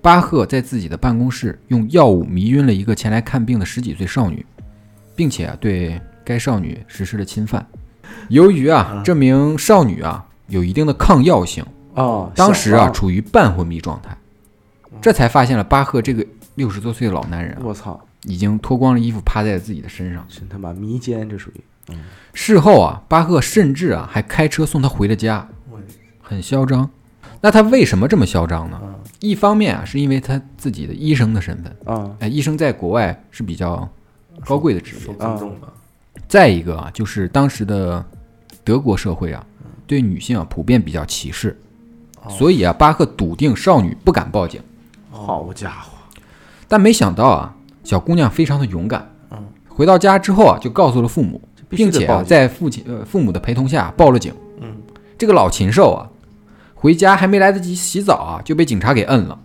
[SPEAKER 1] 巴赫在自己的办公室用药物迷晕了一个前来看病的十几岁少女，并且啊对该少女实施了侵犯。由于啊这名少女啊有一定的抗药性，
[SPEAKER 2] 哦，
[SPEAKER 1] 当时
[SPEAKER 2] 想
[SPEAKER 1] 啊
[SPEAKER 2] 到
[SPEAKER 1] 处于半昏迷状态，这才发现了巴赫这个六十多岁的老男人啊
[SPEAKER 2] 我操，
[SPEAKER 1] 已经脱光了衣服趴在自己的身上。
[SPEAKER 2] 真他妈迷奸，这属于
[SPEAKER 1] 事后啊，巴赫甚至啊还开车送她回了家，
[SPEAKER 3] 我
[SPEAKER 1] 很嚣张。那他为什么这么嚣张
[SPEAKER 3] 嗯
[SPEAKER 1] 呢？一方面啊，是因为他自己的医生的身份，
[SPEAKER 2] 啊，
[SPEAKER 1] 哎，医生在国外是比较高贵的职
[SPEAKER 3] 受
[SPEAKER 1] 业。
[SPEAKER 3] 尊重的，
[SPEAKER 1] 再一个啊，就是当时的德国社会啊，对女性啊普遍比较歧视，
[SPEAKER 3] 嗯哦
[SPEAKER 1] 所以啊，巴赫笃定少女不敢报警。
[SPEAKER 2] 好家伙，
[SPEAKER 1] 但没想到啊，小姑娘非常的勇敢
[SPEAKER 3] 嗯，
[SPEAKER 1] 回到家之后啊，就告诉了父母，
[SPEAKER 2] 必须
[SPEAKER 1] 并
[SPEAKER 2] 得
[SPEAKER 1] 且
[SPEAKER 2] 报
[SPEAKER 1] 啊，
[SPEAKER 2] 警
[SPEAKER 1] 在父亲呃父母的陪同下报了警。
[SPEAKER 3] 嗯，
[SPEAKER 1] 这个老禽兽啊，回家还没来得及洗澡啊，就被警察给摁了。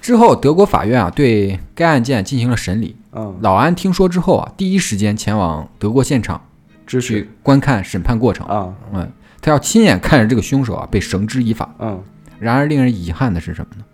[SPEAKER 1] 之后，德国法院啊对该案件进行了审理。
[SPEAKER 2] 嗯，
[SPEAKER 1] 老安听说之后啊，第一时间前往德国现场
[SPEAKER 2] 支持
[SPEAKER 1] 去观看审判过程。
[SPEAKER 2] 啊，
[SPEAKER 1] 嗯，他要亲眼看着这个凶手啊被绳之以法。
[SPEAKER 2] 嗯，
[SPEAKER 1] 然而，令人遗憾的是什么呢？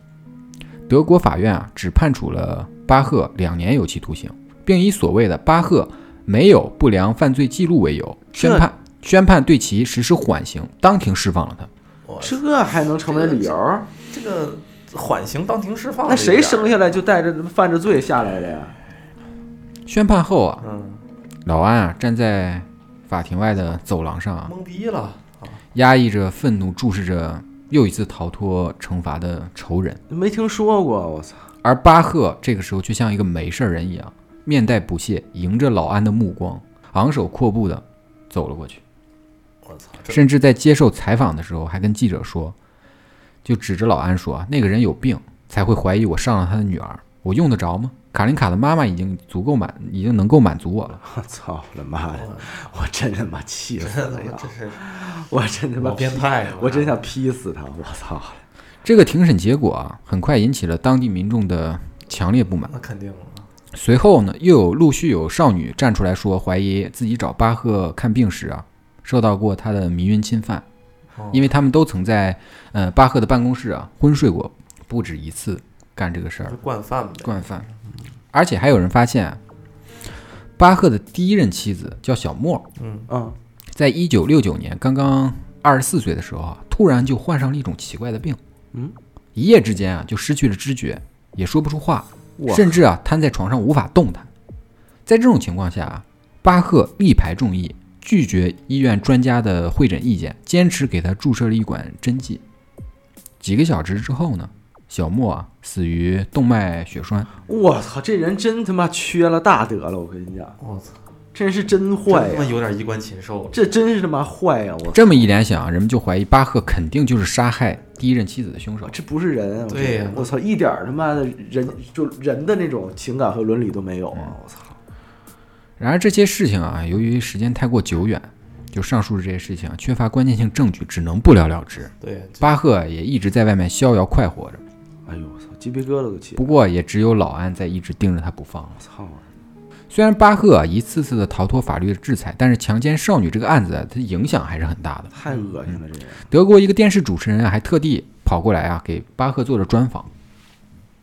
[SPEAKER 1] 德国法院啊只判处了巴赫两年有期徒刑，并以所谓的巴赫没有不良犯罪记录为由，宣
[SPEAKER 2] 这
[SPEAKER 1] 判宣判对其实施缓刑，当庭释放了他。
[SPEAKER 3] 我
[SPEAKER 2] 这还能成为理由？
[SPEAKER 3] 这个缓刑当庭释放，
[SPEAKER 2] 那谁生？下来就带着犯着罪下来的呀？
[SPEAKER 1] 宣判后啊，
[SPEAKER 3] 嗯，
[SPEAKER 1] 老安啊站在法庭外的走廊上啊，
[SPEAKER 3] 懵逼了，
[SPEAKER 1] 压抑着愤怒，注视着又一次逃脱惩罚的仇人。
[SPEAKER 2] 没听说过，我操！
[SPEAKER 1] 而巴赫这个时候却像一个没事儿人一样，面带不屑，迎着老安的目光，昂首阔步的走了过去，
[SPEAKER 3] 我操，这
[SPEAKER 1] 甚至在接受采访的时候还跟记者说，就指着老安说：“那个人有病，才会怀疑我上了他的女儿，我用得着吗？卡琳卡的妈妈已经足够满，已经能够满足我了。
[SPEAKER 2] 我操他妈的！我真他妈气死
[SPEAKER 3] 这
[SPEAKER 2] 了
[SPEAKER 3] 他妈
[SPEAKER 2] 呀！
[SPEAKER 3] 哦这是
[SPEAKER 2] 我真他妈
[SPEAKER 3] 老变
[SPEAKER 2] 劈
[SPEAKER 3] 态了，
[SPEAKER 2] 我真想劈死他！我操！”
[SPEAKER 1] 这个庭审结果啊，很快引起了当地民众的强烈不满。
[SPEAKER 3] 啊那肯定了，
[SPEAKER 1] 随后呢，又有陆续有少女站出来说，怀疑自己找巴赫看病时啊，受到过他的迷晕侵犯，
[SPEAKER 3] 哦
[SPEAKER 1] 因为他们都曾在呃巴赫的办公室啊昏睡过不止一次，干这个事儿
[SPEAKER 3] 这惯犯呗，
[SPEAKER 1] 惯犯。而且还有人发现啊，巴赫的第一任妻子叫小莫，
[SPEAKER 3] 嗯，
[SPEAKER 2] 嗯，
[SPEAKER 1] 在一九六九年刚刚二十四岁的时候啊，突然就患上了一种奇怪的病，
[SPEAKER 2] 嗯，
[SPEAKER 1] 一夜之间啊就失去了知觉，也说不出话，
[SPEAKER 2] 我
[SPEAKER 1] 甚至啊瘫在床上无法动弹。在这种情况下啊，巴赫力排众议，拒绝医院专家的会诊意见，坚持给他注射了一管针剂。几个小时之后呢，小莫啊死于动脉血栓。
[SPEAKER 2] 我操！这人真他妈缺了大德了！我跟你讲，
[SPEAKER 3] 我操，
[SPEAKER 2] 这人是真坏
[SPEAKER 3] 真
[SPEAKER 2] 呀、
[SPEAKER 3] 他妈有点衣冠禽兽了，
[SPEAKER 2] 这真是他妈坏呀、我
[SPEAKER 1] 这么一联想，人们就怀疑巴赫肯定就是杀害第一任妻子的凶手
[SPEAKER 2] 操，。这不是人！我觉得
[SPEAKER 3] 对呀
[SPEAKER 2] 我操，一点儿他妈的人就人的那种情感和伦理都没有啊！我操！
[SPEAKER 1] 然而这些事情啊，由于时间太过久远，就上述这些事情啊缺乏关键性证据，只能不了了之。
[SPEAKER 3] 对，
[SPEAKER 1] 巴赫也一直在外面逍遥快活着，
[SPEAKER 2] 哎呦，我操，鸡皮疙瘩都起来了！
[SPEAKER 1] 不过也只有老安在一直盯着他不放。
[SPEAKER 2] 我操！
[SPEAKER 1] 虽然巴赫啊一次次的逃脱法律的制裁，但是强奸少女这个案子啊，它影响还是很大的。
[SPEAKER 2] 太恶心了，这人！
[SPEAKER 1] 德国一个电视主持人啊，还特地跑过来啊，给巴赫做了专访。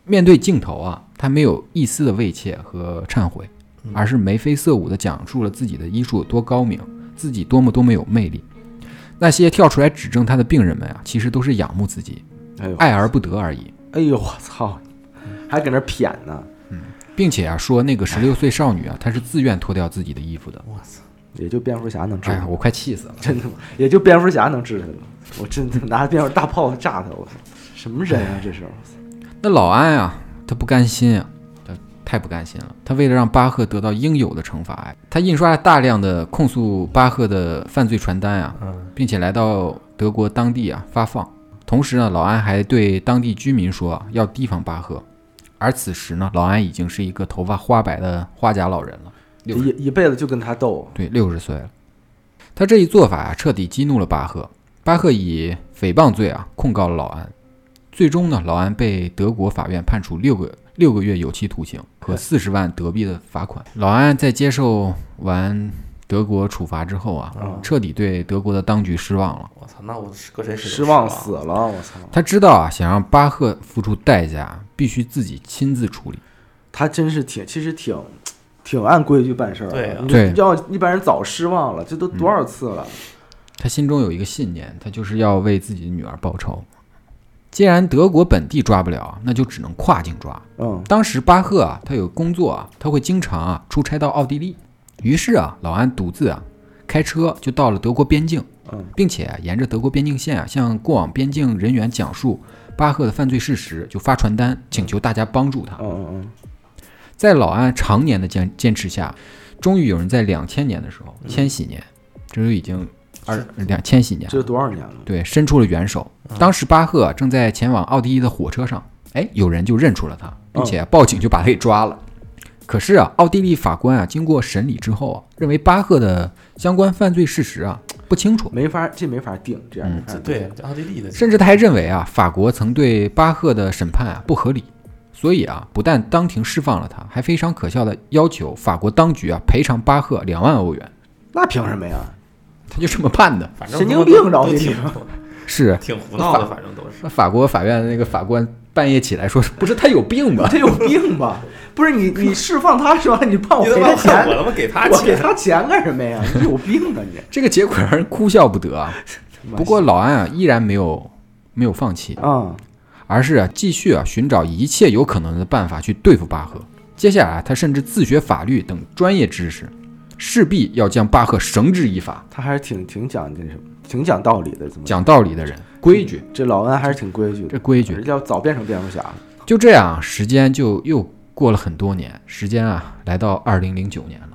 [SPEAKER 1] 面对镜头啊，他没有一丝的畏怯和忏悔，而是眉飞色舞地讲述了自己的医术有多高明，自己多么多么有魅力。那些跳出来指证他的病人们啊，其实都是仰慕自己，
[SPEAKER 2] 哎呦，
[SPEAKER 1] 爱而不得而已，
[SPEAKER 2] 哎呦，我操！还搁那儿谝呢！
[SPEAKER 1] 并且啊，说那个十六岁少女啊，她是自愿脱掉自己的衣服的。
[SPEAKER 3] 我操，
[SPEAKER 2] 也就蝙蝠侠能治
[SPEAKER 1] 哎
[SPEAKER 2] 他，
[SPEAKER 1] 呀，我快气死了！
[SPEAKER 2] 真的吗，也就蝙蝠侠能治他了。我真的拿蝙蝠大炮炸他，我操！什么人啊？这是
[SPEAKER 1] 那老安啊，他不甘心啊，他太不甘心了。他为了让巴赫得到应有的惩罚呀，他印刷了大量的控诉巴赫的犯罪传单啊，
[SPEAKER 3] 嗯，
[SPEAKER 1] 并且来到德国当地啊发放。同时呢，老安还对当地居民说啊要提防巴赫。而此时呢，老安已经是一个头发花白的花甲老人了，
[SPEAKER 2] 这
[SPEAKER 1] 六
[SPEAKER 2] 一一辈子就跟他斗，
[SPEAKER 1] 对，六十岁了。他这一做法啊，彻底激怒了巴赫。巴赫以诽谤罪啊控告了老安，最终呢，老安被德国法院判处六个六个月有期徒刑和四十万德币的罚款。老安在接受完德国处罚之后啊，
[SPEAKER 3] 嗯
[SPEAKER 1] 彻底对德国的当局失望了。
[SPEAKER 3] 我操，那我是搁谁谁都
[SPEAKER 2] 失望死了，我操！
[SPEAKER 1] 他知道啊，想让巴赫付出代价，必须自己亲自处理。
[SPEAKER 2] 他真是挺，其实挺。挺按规矩办事儿的，
[SPEAKER 3] 对啊
[SPEAKER 2] 你
[SPEAKER 1] 对
[SPEAKER 2] 让一般人早失望了，这都多少次了？
[SPEAKER 1] 他心中有一个信念，他就是要为自己的女儿报仇。既然德国本地抓不了，那就只能跨境抓。
[SPEAKER 2] 嗯，
[SPEAKER 1] 当时巴赫啊，他有工作啊，他会经常啊出差到奥地利。于是啊，老安独自啊开车就到了德国边境，
[SPEAKER 2] 嗯
[SPEAKER 1] 并且、啊、沿着德国边境线啊，向过往边境人员讲述巴赫的犯罪事实，就发传单请求大家帮助他
[SPEAKER 2] 嗯。嗯嗯，
[SPEAKER 1] 在老安常年的坚坚持下，终于有人在两千年的时候，千禧年，这就已经二两千禧年了，
[SPEAKER 2] 这都多少年了？
[SPEAKER 1] 对，伸出了援手。当时巴赫啊正在前往奥地利的火车上，哎，有人就认出了他，并且报警就把他给抓了。可是啊，奥地利法官啊，经过审理之后啊，认为巴赫的相关犯罪事实啊不清楚，
[SPEAKER 2] 没法，这没法定，这样没法
[SPEAKER 3] 这
[SPEAKER 2] 定
[SPEAKER 3] 对啊这奥地利的，
[SPEAKER 1] 甚至他还认为啊，法国曾对巴赫的审判啊不合理，所以啊，不但当庭释放了他，还非常可笑的要求法国当局啊赔偿巴赫两万欧元。
[SPEAKER 2] 那凭什么呀？
[SPEAKER 1] 他就这么判的，
[SPEAKER 3] 反正
[SPEAKER 2] 神经
[SPEAKER 3] 他妈
[SPEAKER 2] 病
[SPEAKER 3] 都
[SPEAKER 2] 着
[SPEAKER 3] 都
[SPEAKER 2] 急
[SPEAKER 3] 挺
[SPEAKER 1] 是
[SPEAKER 3] 挺胡闹的，反正都是。
[SPEAKER 1] 那法国法院的那个法官半夜起来说，不是他有病 吧？
[SPEAKER 2] 这有病吧？不是你，你释放他是吧？你判我
[SPEAKER 3] 你
[SPEAKER 2] 赔
[SPEAKER 3] 他
[SPEAKER 2] 他
[SPEAKER 3] 妈看我
[SPEAKER 2] 钱，
[SPEAKER 3] 他妈给他
[SPEAKER 2] 我给
[SPEAKER 3] 钱，
[SPEAKER 2] 他钱干什么呀？你有病啊你！
[SPEAKER 1] 这个结果让人哭笑不得啊。不过老安啊依然没有没有放弃，
[SPEAKER 2] 啊，
[SPEAKER 1] 而是啊继续啊寻找一切有可能的办法去对付巴赫。接下来啊，他甚至自学法律等专业知识，势必要将巴赫绳之以法。
[SPEAKER 2] 他还是挺挺讲究那什么。挺讲道理的，怎么
[SPEAKER 1] 讲道理的人，规矩，
[SPEAKER 2] 这老恩还是挺规矩的，
[SPEAKER 1] 这规矩
[SPEAKER 2] 人。家早变成蝙蝠侠了。
[SPEAKER 1] 就这样，时间就又过了很多年，时间啊，来到二零零九年了。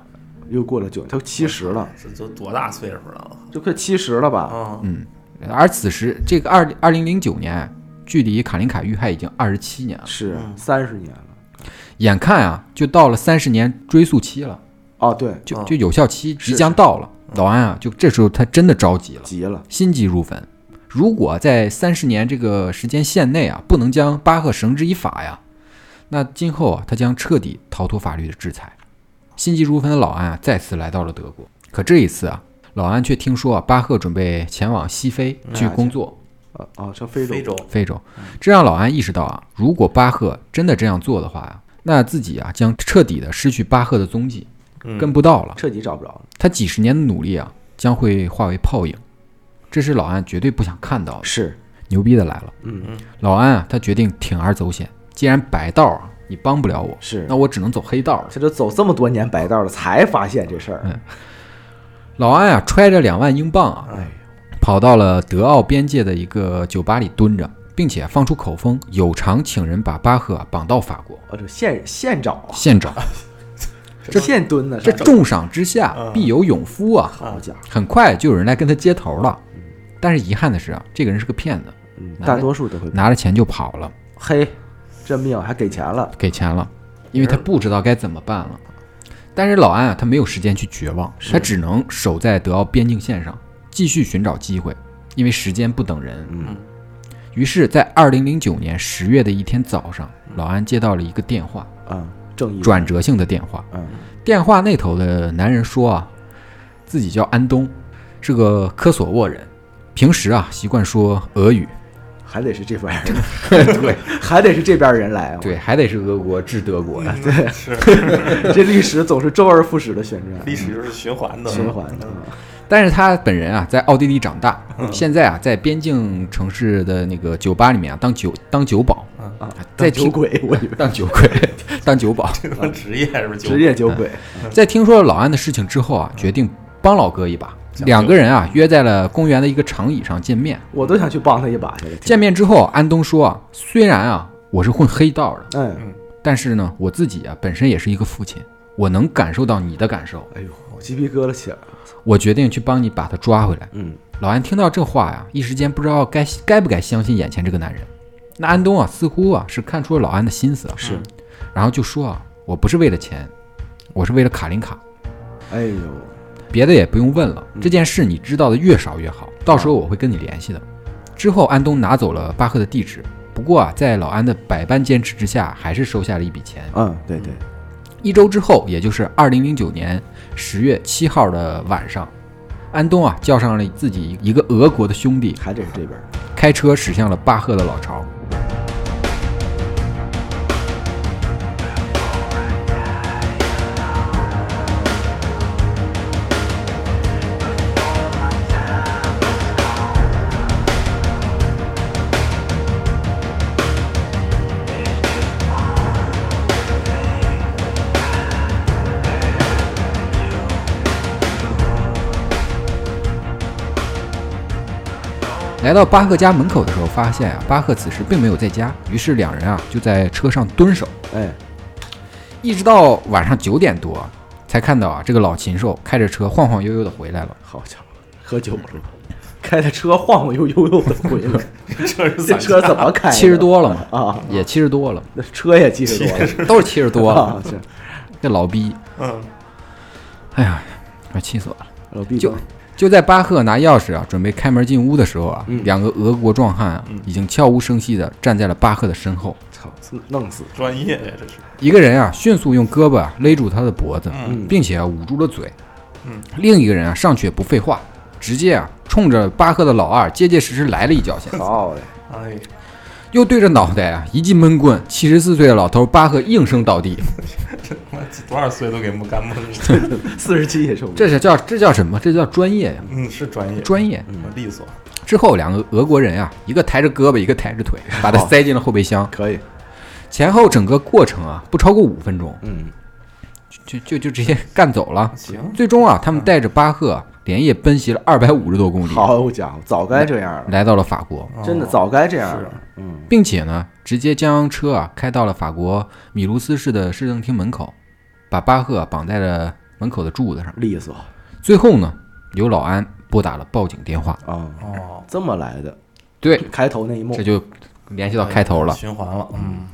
[SPEAKER 2] 又过了九，他七十了，
[SPEAKER 3] 这都多大岁数了
[SPEAKER 2] 这快七十了吧？
[SPEAKER 3] 啊？
[SPEAKER 1] 嗯，而此时，这个二二零零九年，距离卡林凯遇害已经二十七年了，
[SPEAKER 2] 是
[SPEAKER 3] 嗯
[SPEAKER 2] 三十年了。
[SPEAKER 1] 眼看啊，就到了三十年追溯期了，
[SPEAKER 2] 哦，对，
[SPEAKER 1] 就
[SPEAKER 3] 嗯
[SPEAKER 1] 就有效期
[SPEAKER 2] 是
[SPEAKER 1] 即将到了。老安啊，就这时候他真的着急了，
[SPEAKER 2] 急了，
[SPEAKER 1] 心急如焚。如果在三十年这个时间线内啊，不能将巴赫绳之以法呀，那今后啊，他将彻底逃脱法律的制裁。心急如焚的老安啊，再次来到了德国。可这一次啊，老安却听说啊，巴赫准备前往西非去工作，
[SPEAKER 2] 哦哦，上非洲，
[SPEAKER 3] 非洲
[SPEAKER 1] 非洲。这让老安意识到啊，如果巴赫真的这样做的话啊，那自己啊将彻底的失去巴赫的踪迹，
[SPEAKER 3] 嗯
[SPEAKER 1] 跟不到了。
[SPEAKER 2] 彻底找不着了。
[SPEAKER 1] 他几十年的努力啊，将会化为泡影。这是老安绝对不想看到的。
[SPEAKER 2] 是，
[SPEAKER 1] 牛逼的来了，
[SPEAKER 2] 嗯，
[SPEAKER 1] 老安啊，他决定铤而走险。既然白道啊，你帮不了我，
[SPEAKER 2] 是
[SPEAKER 1] 那。我只能走黑道了。
[SPEAKER 2] 这都走这么多年白道了，才发现这事
[SPEAKER 1] 嗯
[SPEAKER 2] 儿。
[SPEAKER 1] 老安啊，揣着两万英镑啊，
[SPEAKER 2] 哎，
[SPEAKER 1] 跑到了德奥边界的一个酒吧里蹲着，并且放出口风，有偿请人把巴赫啊绑到法国
[SPEAKER 2] 哦，这现现找啊，
[SPEAKER 1] 现 找。
[SPEAKER 2] 这现蹲呢，
[SPEAKER 1] 这
[SPEAKER 2] 是吧
[SPEAKER 1] 重赏之下
[SPEAKER 3] 嗯
[SPEAKER 1] 必有勇夫啊！
[SPEAKER 2] 好家伙，
[SPEAKER 1] 很快就有人来跟他接头了。但是遗憾的是啊，这个人是个骗子，
[SPEAKER 2] 嗯，
[SPEAKER 1] 拿
[SPEAKER 2] 大
[SPEAKER 1] 着
[SPEAKER 2] 多数都会
[SPEAKER 1] 拿着钱就跑了。
[SPEAKER 2] 嘿，这命还给钱了，
[SPEAKER 1] 给钱了，因为他不知道该怎么办了。但是老安啊，他没有时间去绝望，
[SPEAKER 2] 是
[SPEAKER 1] 他只能守在德奥边境线上，继续寻找机会，因为时间不等人。
[SPEAKER 2] 嗯
[SPEAKER 1] 于是，在二零零九年十月的一天早上，老安接到了一个电话，
[SPEAKER 2] 啊，正义
[SPEAKER 1] 转折性的电话。
[SPEAKER 2] 嗯
[SPEAKER 1] 电话那头的男人说啊，自己叫安东，是个科索沃人，平时啊习惯说俄语，
[SPEAKER 2] 还得是这边人， 对，还得是这边人来啊。
[SPEAKER 1] 对，还得是俄国治德国
[SPEAKER 2] 嗯
[SPEAKER 1] 呀。
[SPEAKER 3] 对，是
[SPEAKER 2] 这历史总是周而复始的旋转，
[SPEAKER 3] 历史就是循环的，
[SPEAKER 2] 循环的。啊
[SPEAKER 1] 但是他本人啊，在奥地利长大，
[SPEAKER 2] 嗯
[SPEAKER 1] 现在啊，在边境城市的那个酒吧里面啊，当酒当酒保，
[SPEAKER 2] 啊，
[SPEAKER 1] 在
[SPEAKER 2] 当酒
[SPEAKER 1] 听
[SPEAKER 2] 鬼，我以为
[SPEAKER 1] 当酒鬼， 当酒 保。
[SPEAKER 3] 这他妈职业是不是
[SPEAKER 2] 嗯
[SPEAKER 3] 就
[SPEAKER 2] 职业酒鬼，
[SPEAKER 1] 在听说了老安的事情之后
[SPEAKER 2] 嗯
[SPEAKER 1] 啊，决定帮老哥一把。两个人啊，约在了公园的一个长椅上见面。
[SPEAKER 2] 我都想去帮他一把去了。
[SPEAKER 1] 见面之后，安东说啊，虽然啊我是混黑道的，
[SPEAKER 2] 嗯，
[SPEAKER 1] 但是呢，我自己啊本身也是一个父亲，我能感受到你的感受，
[SPEAKER 2] 哎呦，我鸡皮疙瘩起来了。
[SPEAKER 1] 我决定去帮你把他抓回来。
[SPEAKER 2] 嗯，
[SPEAKER 1] 老安听到这话呀，一时间不知道该该不该相信眼前这个男人。那安东啊，似乎啊是看出了老安的心思啊，
[SPEAKER 2] 是，
[SPEAKER 1] 然后就说啊，我不是为了钱，我是为了卡琳卡，
[SPEAKER 2] 哎呦，
[SPEAKER 1] 别的也不用问了，这件事你知道的越少越好，到时候我会跟你联系的。之后，安东拿走了巴赫的地址，不过啊，在老安的百般坚持之下，还是收下了一笔钱。
[SPEAKER 2] 嗯，对对，
[SPEAKER 1] 一周之后，也就是二零零九年十月七号的晚上，安东啊叫上了自己一个俄国的兄弟
[SPEAKER 2] 还得是这边儿。
[SPEAKER 1] 开车驶向了巴赫的老巢。来到巴赫家门口的时候，发现啊，巴赫此时并没有在家，于是两人啊就在车上蹲守，
[SPEAKER 2] 哎，
[SPEAKER 1] 一直到晚上九点多才看到啊，这个老禽兽开着车晃晃悠悠的回来了。
[SPEAKER 2] 好家伙，喝酒了吧，开着车晃晃悠悠的回 来，
[SPEAKER 3] 这是
[SPEAKER 2] 这车怎么开的？
[SPEAKER 1] 七十多了嘛，
[SPEAKER 2] 啊，
[SPEAKER 1] 也七十多了，
[SPEAKER 2] 那车也七十多了，
[SPEAKER 1] 都是七十多 了，
[SPEAKER 2] 啊，是
[SPEAKER 1] 这老逼，
[SPEAKER 3] 嗯，
[SPEAKER 1] 哎呀，我气死我了。
[SPEAKER 2] 老毕
[SPEAKER 1] 就就在巴赫拿钥匙啊准备开门进屋的时候啊，两个俄国壮汉啊已经悄无声息的站在了巴赫的身后，
[SPEAKER 2] 操，弄死，
[SPEAKER 3] 专业呀，这是
[SPEAKER 1] 一个人啊迅速用胳膊啊勒住他的脖子，
[SPEAKER 2] 嗯
[SPEAKER 1] 并且啊捂住了嘴
[SPEAKER 3] 嗯，
[SPEAKER 1] 另一个人啊上去也不废话，直接啊冲着巴赫的老二结结实实来了一脚下，
[SPEAKER 2] 好嘞，
[SPEAKER 3] 哎，
[SPEAKER 1] 又对着脑袋啊一记闷棍，七十四岁的老头巴赫应声倒地，
[SPEAKER 2] 嗯
[SPEAKER 3] 他妈多少岁都给木干蒙了，
[SPEAKER 2] 四十七也受不了，
[SPEAKER 1] 这是叫这叫什么？这叫专业呀、
[SPEAKER 3] 嗯，是专业，
[SPEAKER 1] 专业。
[SPEAKER 3] 嗯利索，
[SPEAKER 1] 之后两个俄国人啊，一个抬着胳膊，一个抬着腿，把他
[SPEAKER 2] 好
[SPEAKER 1] 塞进了后备箱。
[SPEAKER 2] 可以，
[SPEAKER 1] 前后整个过程啊，不超过五分钟，
[SPEAKER 2] 嗯，
[SPEAKER 1] 就就就直接干走了。
[SPEAKER 3] 行，
[SPEAKER 1] 最终啊，他们带着巴赫连夜奔袭了二百五十多公里，
[SPEAKER 2] 好家伙，早该这样了，
[SPEAKER 1] 来到了法国，
[SPEAKER 2] 真的
[SPEAKER 3] 哦
[SPEAKER 2] 早该这样
[SPEAKER 3] 是
[SPEAKER 2] 了。嗯，
[SPEAKER 1] 并且呢，直接将车啊开到了法国米卢斯市的市政厅门口，把巴赫绑在了门口的柱子上。
[SPEAKER 2] 利索
[SPEAKER 1] 最后呢，由老安拨打了报警电话。
[SPEAKER 2] 啊，
[SPEAKER 3] 哦，
[SPEAKER 2] 这么来的。
[SPEAKER 1] 对，
[SPEAKER 2] 开头那一幕
[SPEAKER 1] 这，就联系到开头了。
[SPEAKER 3] 循环了，嗯，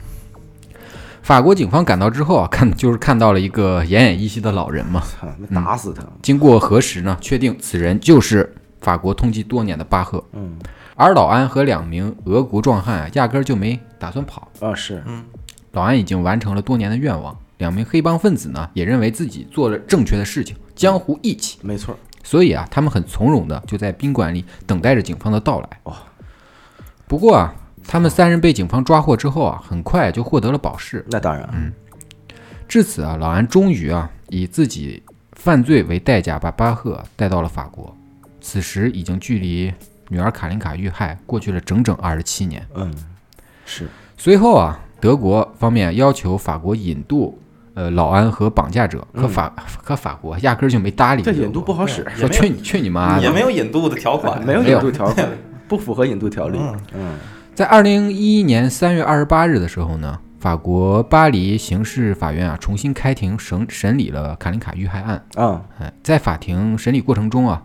[SPEAKER 1] 法国警方赶到之后啊，看就是看到了一个奄奄一息的老人嘛。
[SPEAKER 2] 操，那打死他！
[SPEAKER 1] 经过核实呢，确定此人就是法国通缉多年的巴赫，
[SPEAKER 2] 嗯
[SPEAKER 1] 而老安和两名俄国壮汉啊，压根儿就没打算跑。
[SPEAKER 2] 啊，是
[SPEAKER 1] 老安已经完成了多年的愿望，两名黑帮分子呢也认为自己做了正确的事情，江湖义气，
[SPEAKER 2] 没错。
[SPEAKER 1] 所以啊，他们很从容的就在宾馆里等待着警方的到来。
[SPEAKER 2] 哦，
[SPEAKER 1] 不过啊，他们三人被警方抓获之后啊，很快就获得了保释。
[SPEAKER 2] 那当然，
[SPEAKER 1] 至此啊，老安终于啊以自己犯罪为代价把巴赫带到了法国。此时已经距离女儿卡琳卡遇害过去了整整二十七年。
[SPEAKER 2] 嗯，是
[SPEAKER 1] 随后啊，德国方面要求法国引渡呃老安和绑架者，
[SPEAKER 3] 嗯
[SPEAKER 1] 可法、可法国压根儿就没搭理
[SPEAKER 2] 这
[SPEAKER 1] 德
[SPEAKER 2] 引渡
[SPEAKER 1] 国
[SPEAKER 2] 不好使，
[SPEAKER 3] 也
[SPEAKER 1] 说
[SPEAKER 3] 没
[SPEAKER 1] 去你去你妈
[SPEAKER 3] 也
[SPEAKER 1] 的！
[SPEAKER 3] 没有引渡的条款，
[SPEAKER 2] 没有
[SPEAKER 1] 没有
[SPEAKER 2] 引渡 条款，不符合引渡条例。嗯，
[SPEAKER 1] 在二零一一年三月二十八日的时候呢，法国巴黎刑事法院啊重新开庭审审理了卡琳卡遇害案。
[SPEAKER 2] 啊，
[SPEAKER 1] 哎，在法庭审理过程中啊，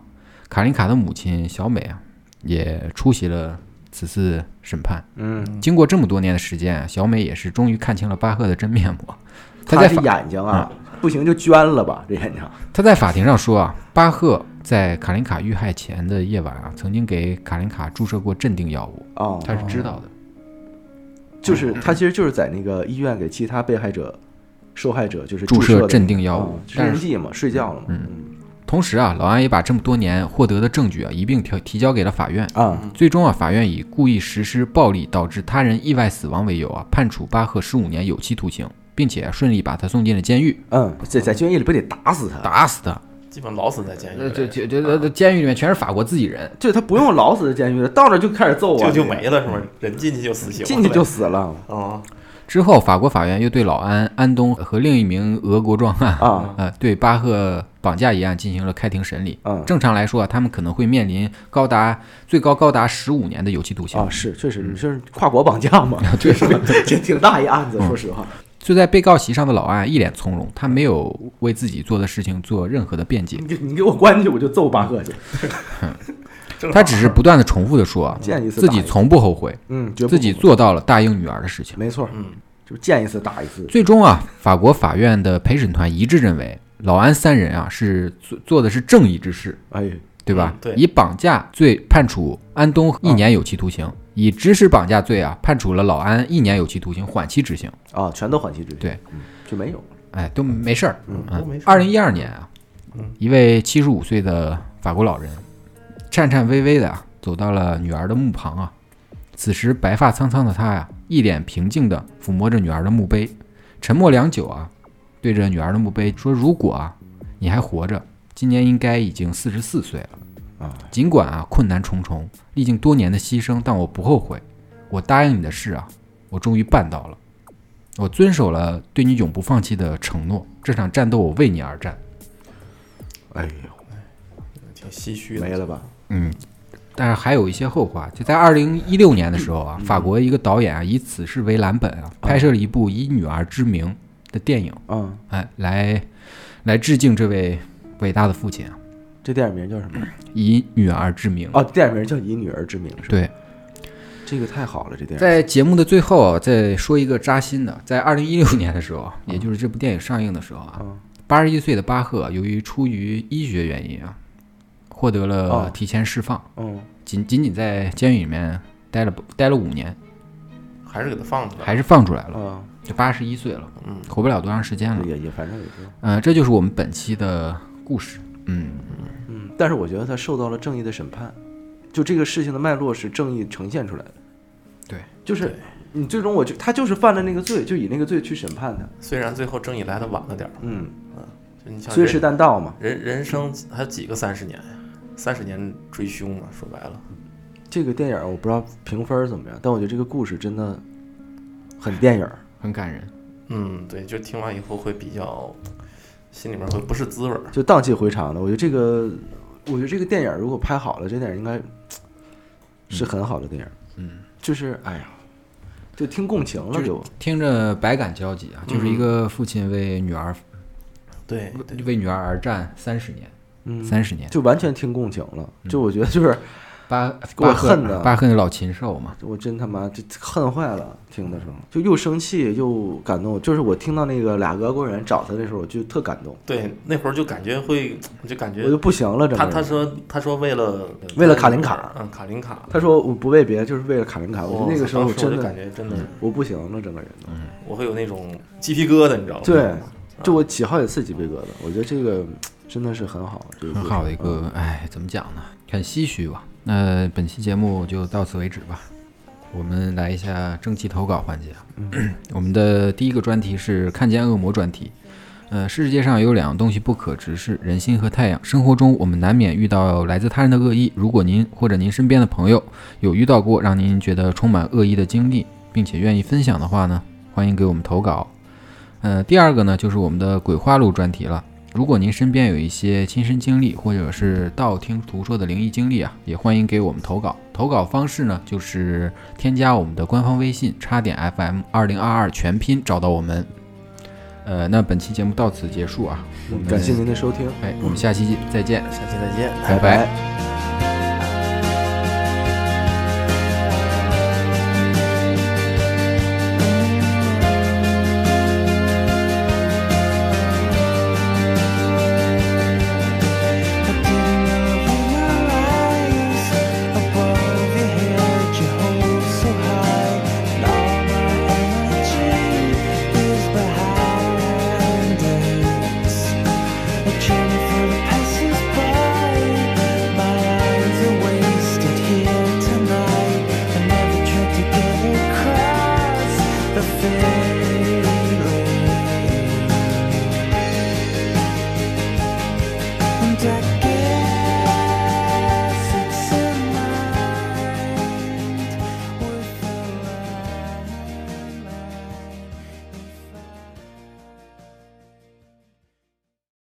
[SPEAKER 1] 卡琳卡的母亲小美啊，也出席了此次审判。
[SPEAKER 2] 嗯，
[SPEAKER 1] 经过这么多年的时间啊，小美也是终于看清了巴赫的真面目。啊她
[SPEAKER 2] 他
[SPEAKER 1] 在
[SPEAKER 2] 这
[SPEAKER 1] 法
[SPEAKER 2] 眼睛啊，不行就捐了吧，这眼睛。
[SPEAKER 1] 她在法庭上说啊，巴赫在卡琳卡遇害前的夜晚啊，曾经给卡琳卡注射过镇定药物，
[SPEAKER 2] 哦，
[SPEAKER 1] 她是知道的。
[SPEAKER 2] 就是他其实就是在那个医院给其他被害者、受害者就是
[SPEAKER 1] 注射
[SPEAKER 2] 射
[SPEAKER 1] 镇定药物
[SPEAKER 2] 嗯镇
[SPEAKER 1] 但
[SPEAKER 2] 定
[SPEAKER 1] 是
[SPEAKER 2] 剂嘛，睡觉了嘛。嗯
[SPEAKER 1] 同时啊，老安也把这么多年获得的证据啊，一并提提交给了法院。
[SPEAKER 2] 啊，
[SPEAKER 1] 最终啊，法院以故意实施暴力导致他人意外死亡为由啊，判处巴赫十五年有期徒刑，并且顺利把他送进了监狱，
[SPEAKER 2] 嗯，在在监狱里不得打死他？
[SPEAKER 1] 打死他。
[SPEAKER 3] 基本老死在
[SPEAKER 2] 哎
[SPEAKER 3] 监
[SPEAKER 1] 呃，
[SPEAKER 3] 狱，
[SPEAKER 1] 这这这这监狱里面全是法国自己人，
[SPEAKER 2] 就是他不用老死在监狱里，到那儿就开始揍啊，
[SPEAKER 3] 就就没了是吗？人进去就死刑了，
[SPEAKER 2] 进去就死了
[SPEAKER 3] 啊，
[SPEAKER 1] 之后，法国法院又对老安、安东和另一名俄国壮汉，
[SPEAKER 2] 啊。
[SPEAKER 1] 呃，对巴赫绑架一案进行了开庭审理。
[SPEAKER 2] 嗯
[SPEAKER 1] 正常来说啊，他们可能会面临高达最高高达十五年的有期徒刑。
[SPEAKER 2] 啊，是，确实，你是跨国绑架嘛？啊对，嗯挺挺大一案子，说实话。
[SPEAKER 1] 就在被告席上的老安一脸从容，他没有为自己做的事情做任何的辩解，
[SPEAKER 2] 你给你给我关进去，我就揍巴赫去。
[SPEAKER 3] 正好
[SPEAKER 1] 他只是不断的重复的说啊，
[SPEAKER 2] 见一次
[SPEAKER 1] 自己
[SPEAKER 2] 打一次
[SPEAKER 1] 从不后悔，
[SPEAKER 2] 嗯，绝不
[SPEAKER 1] 自己做到了答应女儿的事情。
[SPEAKER 2] 没错，
[SPEAKER 3] 嗯，
[SPEAKER 2] 就见一次打一次。
[SPEAKER 1] 最终啊，法国法院的陪审团一致认为，老安三人啊是做做的是正义之事，
[SPEAKER 2] 哎，
[SPEAKER 1] 对吧？
[SPEAKER 3] 嗯对
[SPEAKER 1] 以绑架罪判处安东一年有期徒刑，以指使绑架罪啊判处了老安一年有期徒刑，缓期执行。
[SPEAKER 2] 啊，全都缓期执行。
[SPEAKER 1] 对
[SPEAKER 2] 嗯，就没有
[SPEAKER 1] 哎，都没事儿。
[SPEAKER 2] 嗯
[SPEAKER 3] 嗯都没事
[SPEAKER 1] 二零一二年啊，一位七十五岁的法国老人，颤颤巍巍的啊走到了女儿的墓旁啊。此时白发苍苍的他呀、一脸平静的抚摸着女儿的墓碑，沉默良久啊，对着女儿的墓碑说：“如果啊你还活着，今年应该已经四十四岁了。
[SPEAKER 2] 啊。
[SPEAKER 1] 尽管啊困难重重，历经多年的牺牲，但我不后悔。我答应你的事啊，我终于办到了。我遵守了对你永不放弃的承诺。这场战斗我为你而战。
[SPEAKER 2] 哎
[SPEAKER 3] 挺唏嘘
[SPEAKER 2] 呦，
[SPEAKER 3] 的
[SPEAKER 2] 没，了吧？
[SPEAKER 1] 嗯，但是还有一些后话，就在二零一六年的时候啊，法国一个导演啊以此事为蓝本啊，拍摄了一部以女儿之名的电影，
[SPEAKER 2] 嗯，
[SPEAKER 1] 哎，来来致敬这位伟大的父亲啊，
[SPEAKER 2] 这电影名叫什么？
[SPEAKER 1] 以女儿之名。
[SPEAKER 2] 哦，电影名叫《以女儿之名》是吧？
[SPEAKER 1] 对，
[SPEAKER 2] 这个太好了，这电影。
[SPEAKER 1] 在节目的最后啊，再说一个扎心的，在二零一六年的时候啊，也就是这部电影上映的时候啊
[SPEAKER 2] 嗯，
[SPEAKER 1] 八十一岁的巴赫啊由于出于医学原因啊，获得了
[SPEAKER 2] 哦
[SPEAKER 1] 提前释放，
[SPEAKER 2] 嗯，
[SPEAKER 1] 仅仅仅在监狱里面待了不待了五年，
[SPEAKER 3] 还是给他放出来，
[SPEAKER 1] 还是放出来了，
[SPEAKER 2] 啊，
[SPEAKER 1] 就八十一岁了，
[SPEAKER 3] 嗯，
[SPEAKER 1] 活不了多长时间了。
[SPEAKER 2] 也也反正也就，
[SPEAKER 1] 嗯、这就是我们本期的故事。嗯，
[SPEAKER 2] 嗯，但是我觉得他受到了正义的审判，就这个事情的脉络是正义呈现出来的，
[SPEAKER 1] 对，
[SPEAKER 2] 就是你最终我就他就是犯了那个罪，就以那个罪去审判他，
[SPEAKER 3] 虽然最后正义来的晚了点儿，
[SPEAKER 2] 嗯，
[SPEAKER 3] 就你像
[SPEAKER 2] 虽是
[SPEAKER 3] 人
[SPEAKER 2] 但道嘛，
[SPEAKER 3] 人人生还有几个三十年呀？三十年追凶啊，说白了，
[SPEAKER 2] 这个电影我不知道评分怎么样，但我觉得这个故事真的很电影，
[SPEAKER 1] 很感人。
[SPEAKER 3] 嗯，对，就听完以后会比较心里面会不是滋味儿，
[SPEAKER 2] 就荡气回肠的。我觉得这个我觉得这个电影如果拍好了，这电影应该是很好的电影。
[SPEAKER 3] 嗯，
[SPEAKER 2] 就是哎呀，就听共情了
[SPEAKER 1] 就
[SPEAKER 2] 就是
[SPEAKER 1] 听着百感交集啊，就是一个父亲为女儿
[SPEAKER 3] 对对
[SPEAKER 1] 为女儿而战三十年，
[SPEAKER 2] 嗯，
[SPEAKER 1] 三十年，
[SPEAKER 2] 就完全听共情了。就我觉得就是
[SPEAKER 1] 巴
[SPEAKER 2] 给我
[SPEAKER 1] 巴赫
[SPEAKER 2] 恨的
[SPEAKER 1] 巴恨老禽兽嘛，
[SPEAKER 2] 我真他妈这恨坏了，听的时候就又生气又感动。就是我听到那个俩俄国人找他的时候，我就特感动，
[SPEAKER 3] 对，那会儿就感觉会，就感
[SPEAKER 2] 我
[SPEAKER 3] 觉
[SPEAKER 2] 就不行了。整个
[SPEAKER 3] 他
[SPEAKER 2] 人
[SPEAKER 3] 他说他说为了
[SPEAKER 2] 为了卡林卡，
[SPEAKER 3] 嗯，卡林卡，
[SPEAKER 2] 他说我不为别的，就是为了卡林卡。我觉
[SPEAKER 3] 我
[SPEAKER 2] 得那个时候
[SPEAKER 3] 当时哦我
[SPEAKER 2] 真的
[SPEAKER 3] 就
[SPEAKER 2] 嗯
[SPEAKER 3] 感觉真的，嗯
[SPEAKER 2] 我不行了，整个人都。
[SPEAKER 3] 我会有那种鸡皮疙瘩，你知道吗？
[SPEAKER 2] 对，就我起好几次鸡皮疙瘩。我觉得这个真的是很好，这个
[SPEAKER 1] 很
[SPEAKER 2] 故事
[SPEAKER 1] 好的一个，哎，怎么讲呢？很唏嘘吧。那本期节目就到此为止吧。我们来一下征集投稿环节啊。 我们的第一个专题是看见恶魔专题。呃，世界上有两样东西不可直视：人心和太阳。生活中，我们难免遇到来自他人的恶意。如果您或者您身边的朋友有遇到过让您觉得充满恶意的经历，并且愿意分享的话呢，欢迎给我们投稿。呃，第二个呢，就是我们的鬼话录专题了。如果您身边有一些亲身经历，或者是道听途说的灵异经历啊，也欢迎给我们投稿。投稿方式呢，就是添加我们的官方微信“叉点 FM 二零二二”全拼，找到我们。呃，那本期节目到此结束啊，我们
[SPEAKER 2] 感谢您的收听，
[SPEAKER 1] 哎，我们下期再见。
[SPEAKER 3] 下期再见。
[SPEAKER 1] 拜拜
[SPEAKER 4] Deck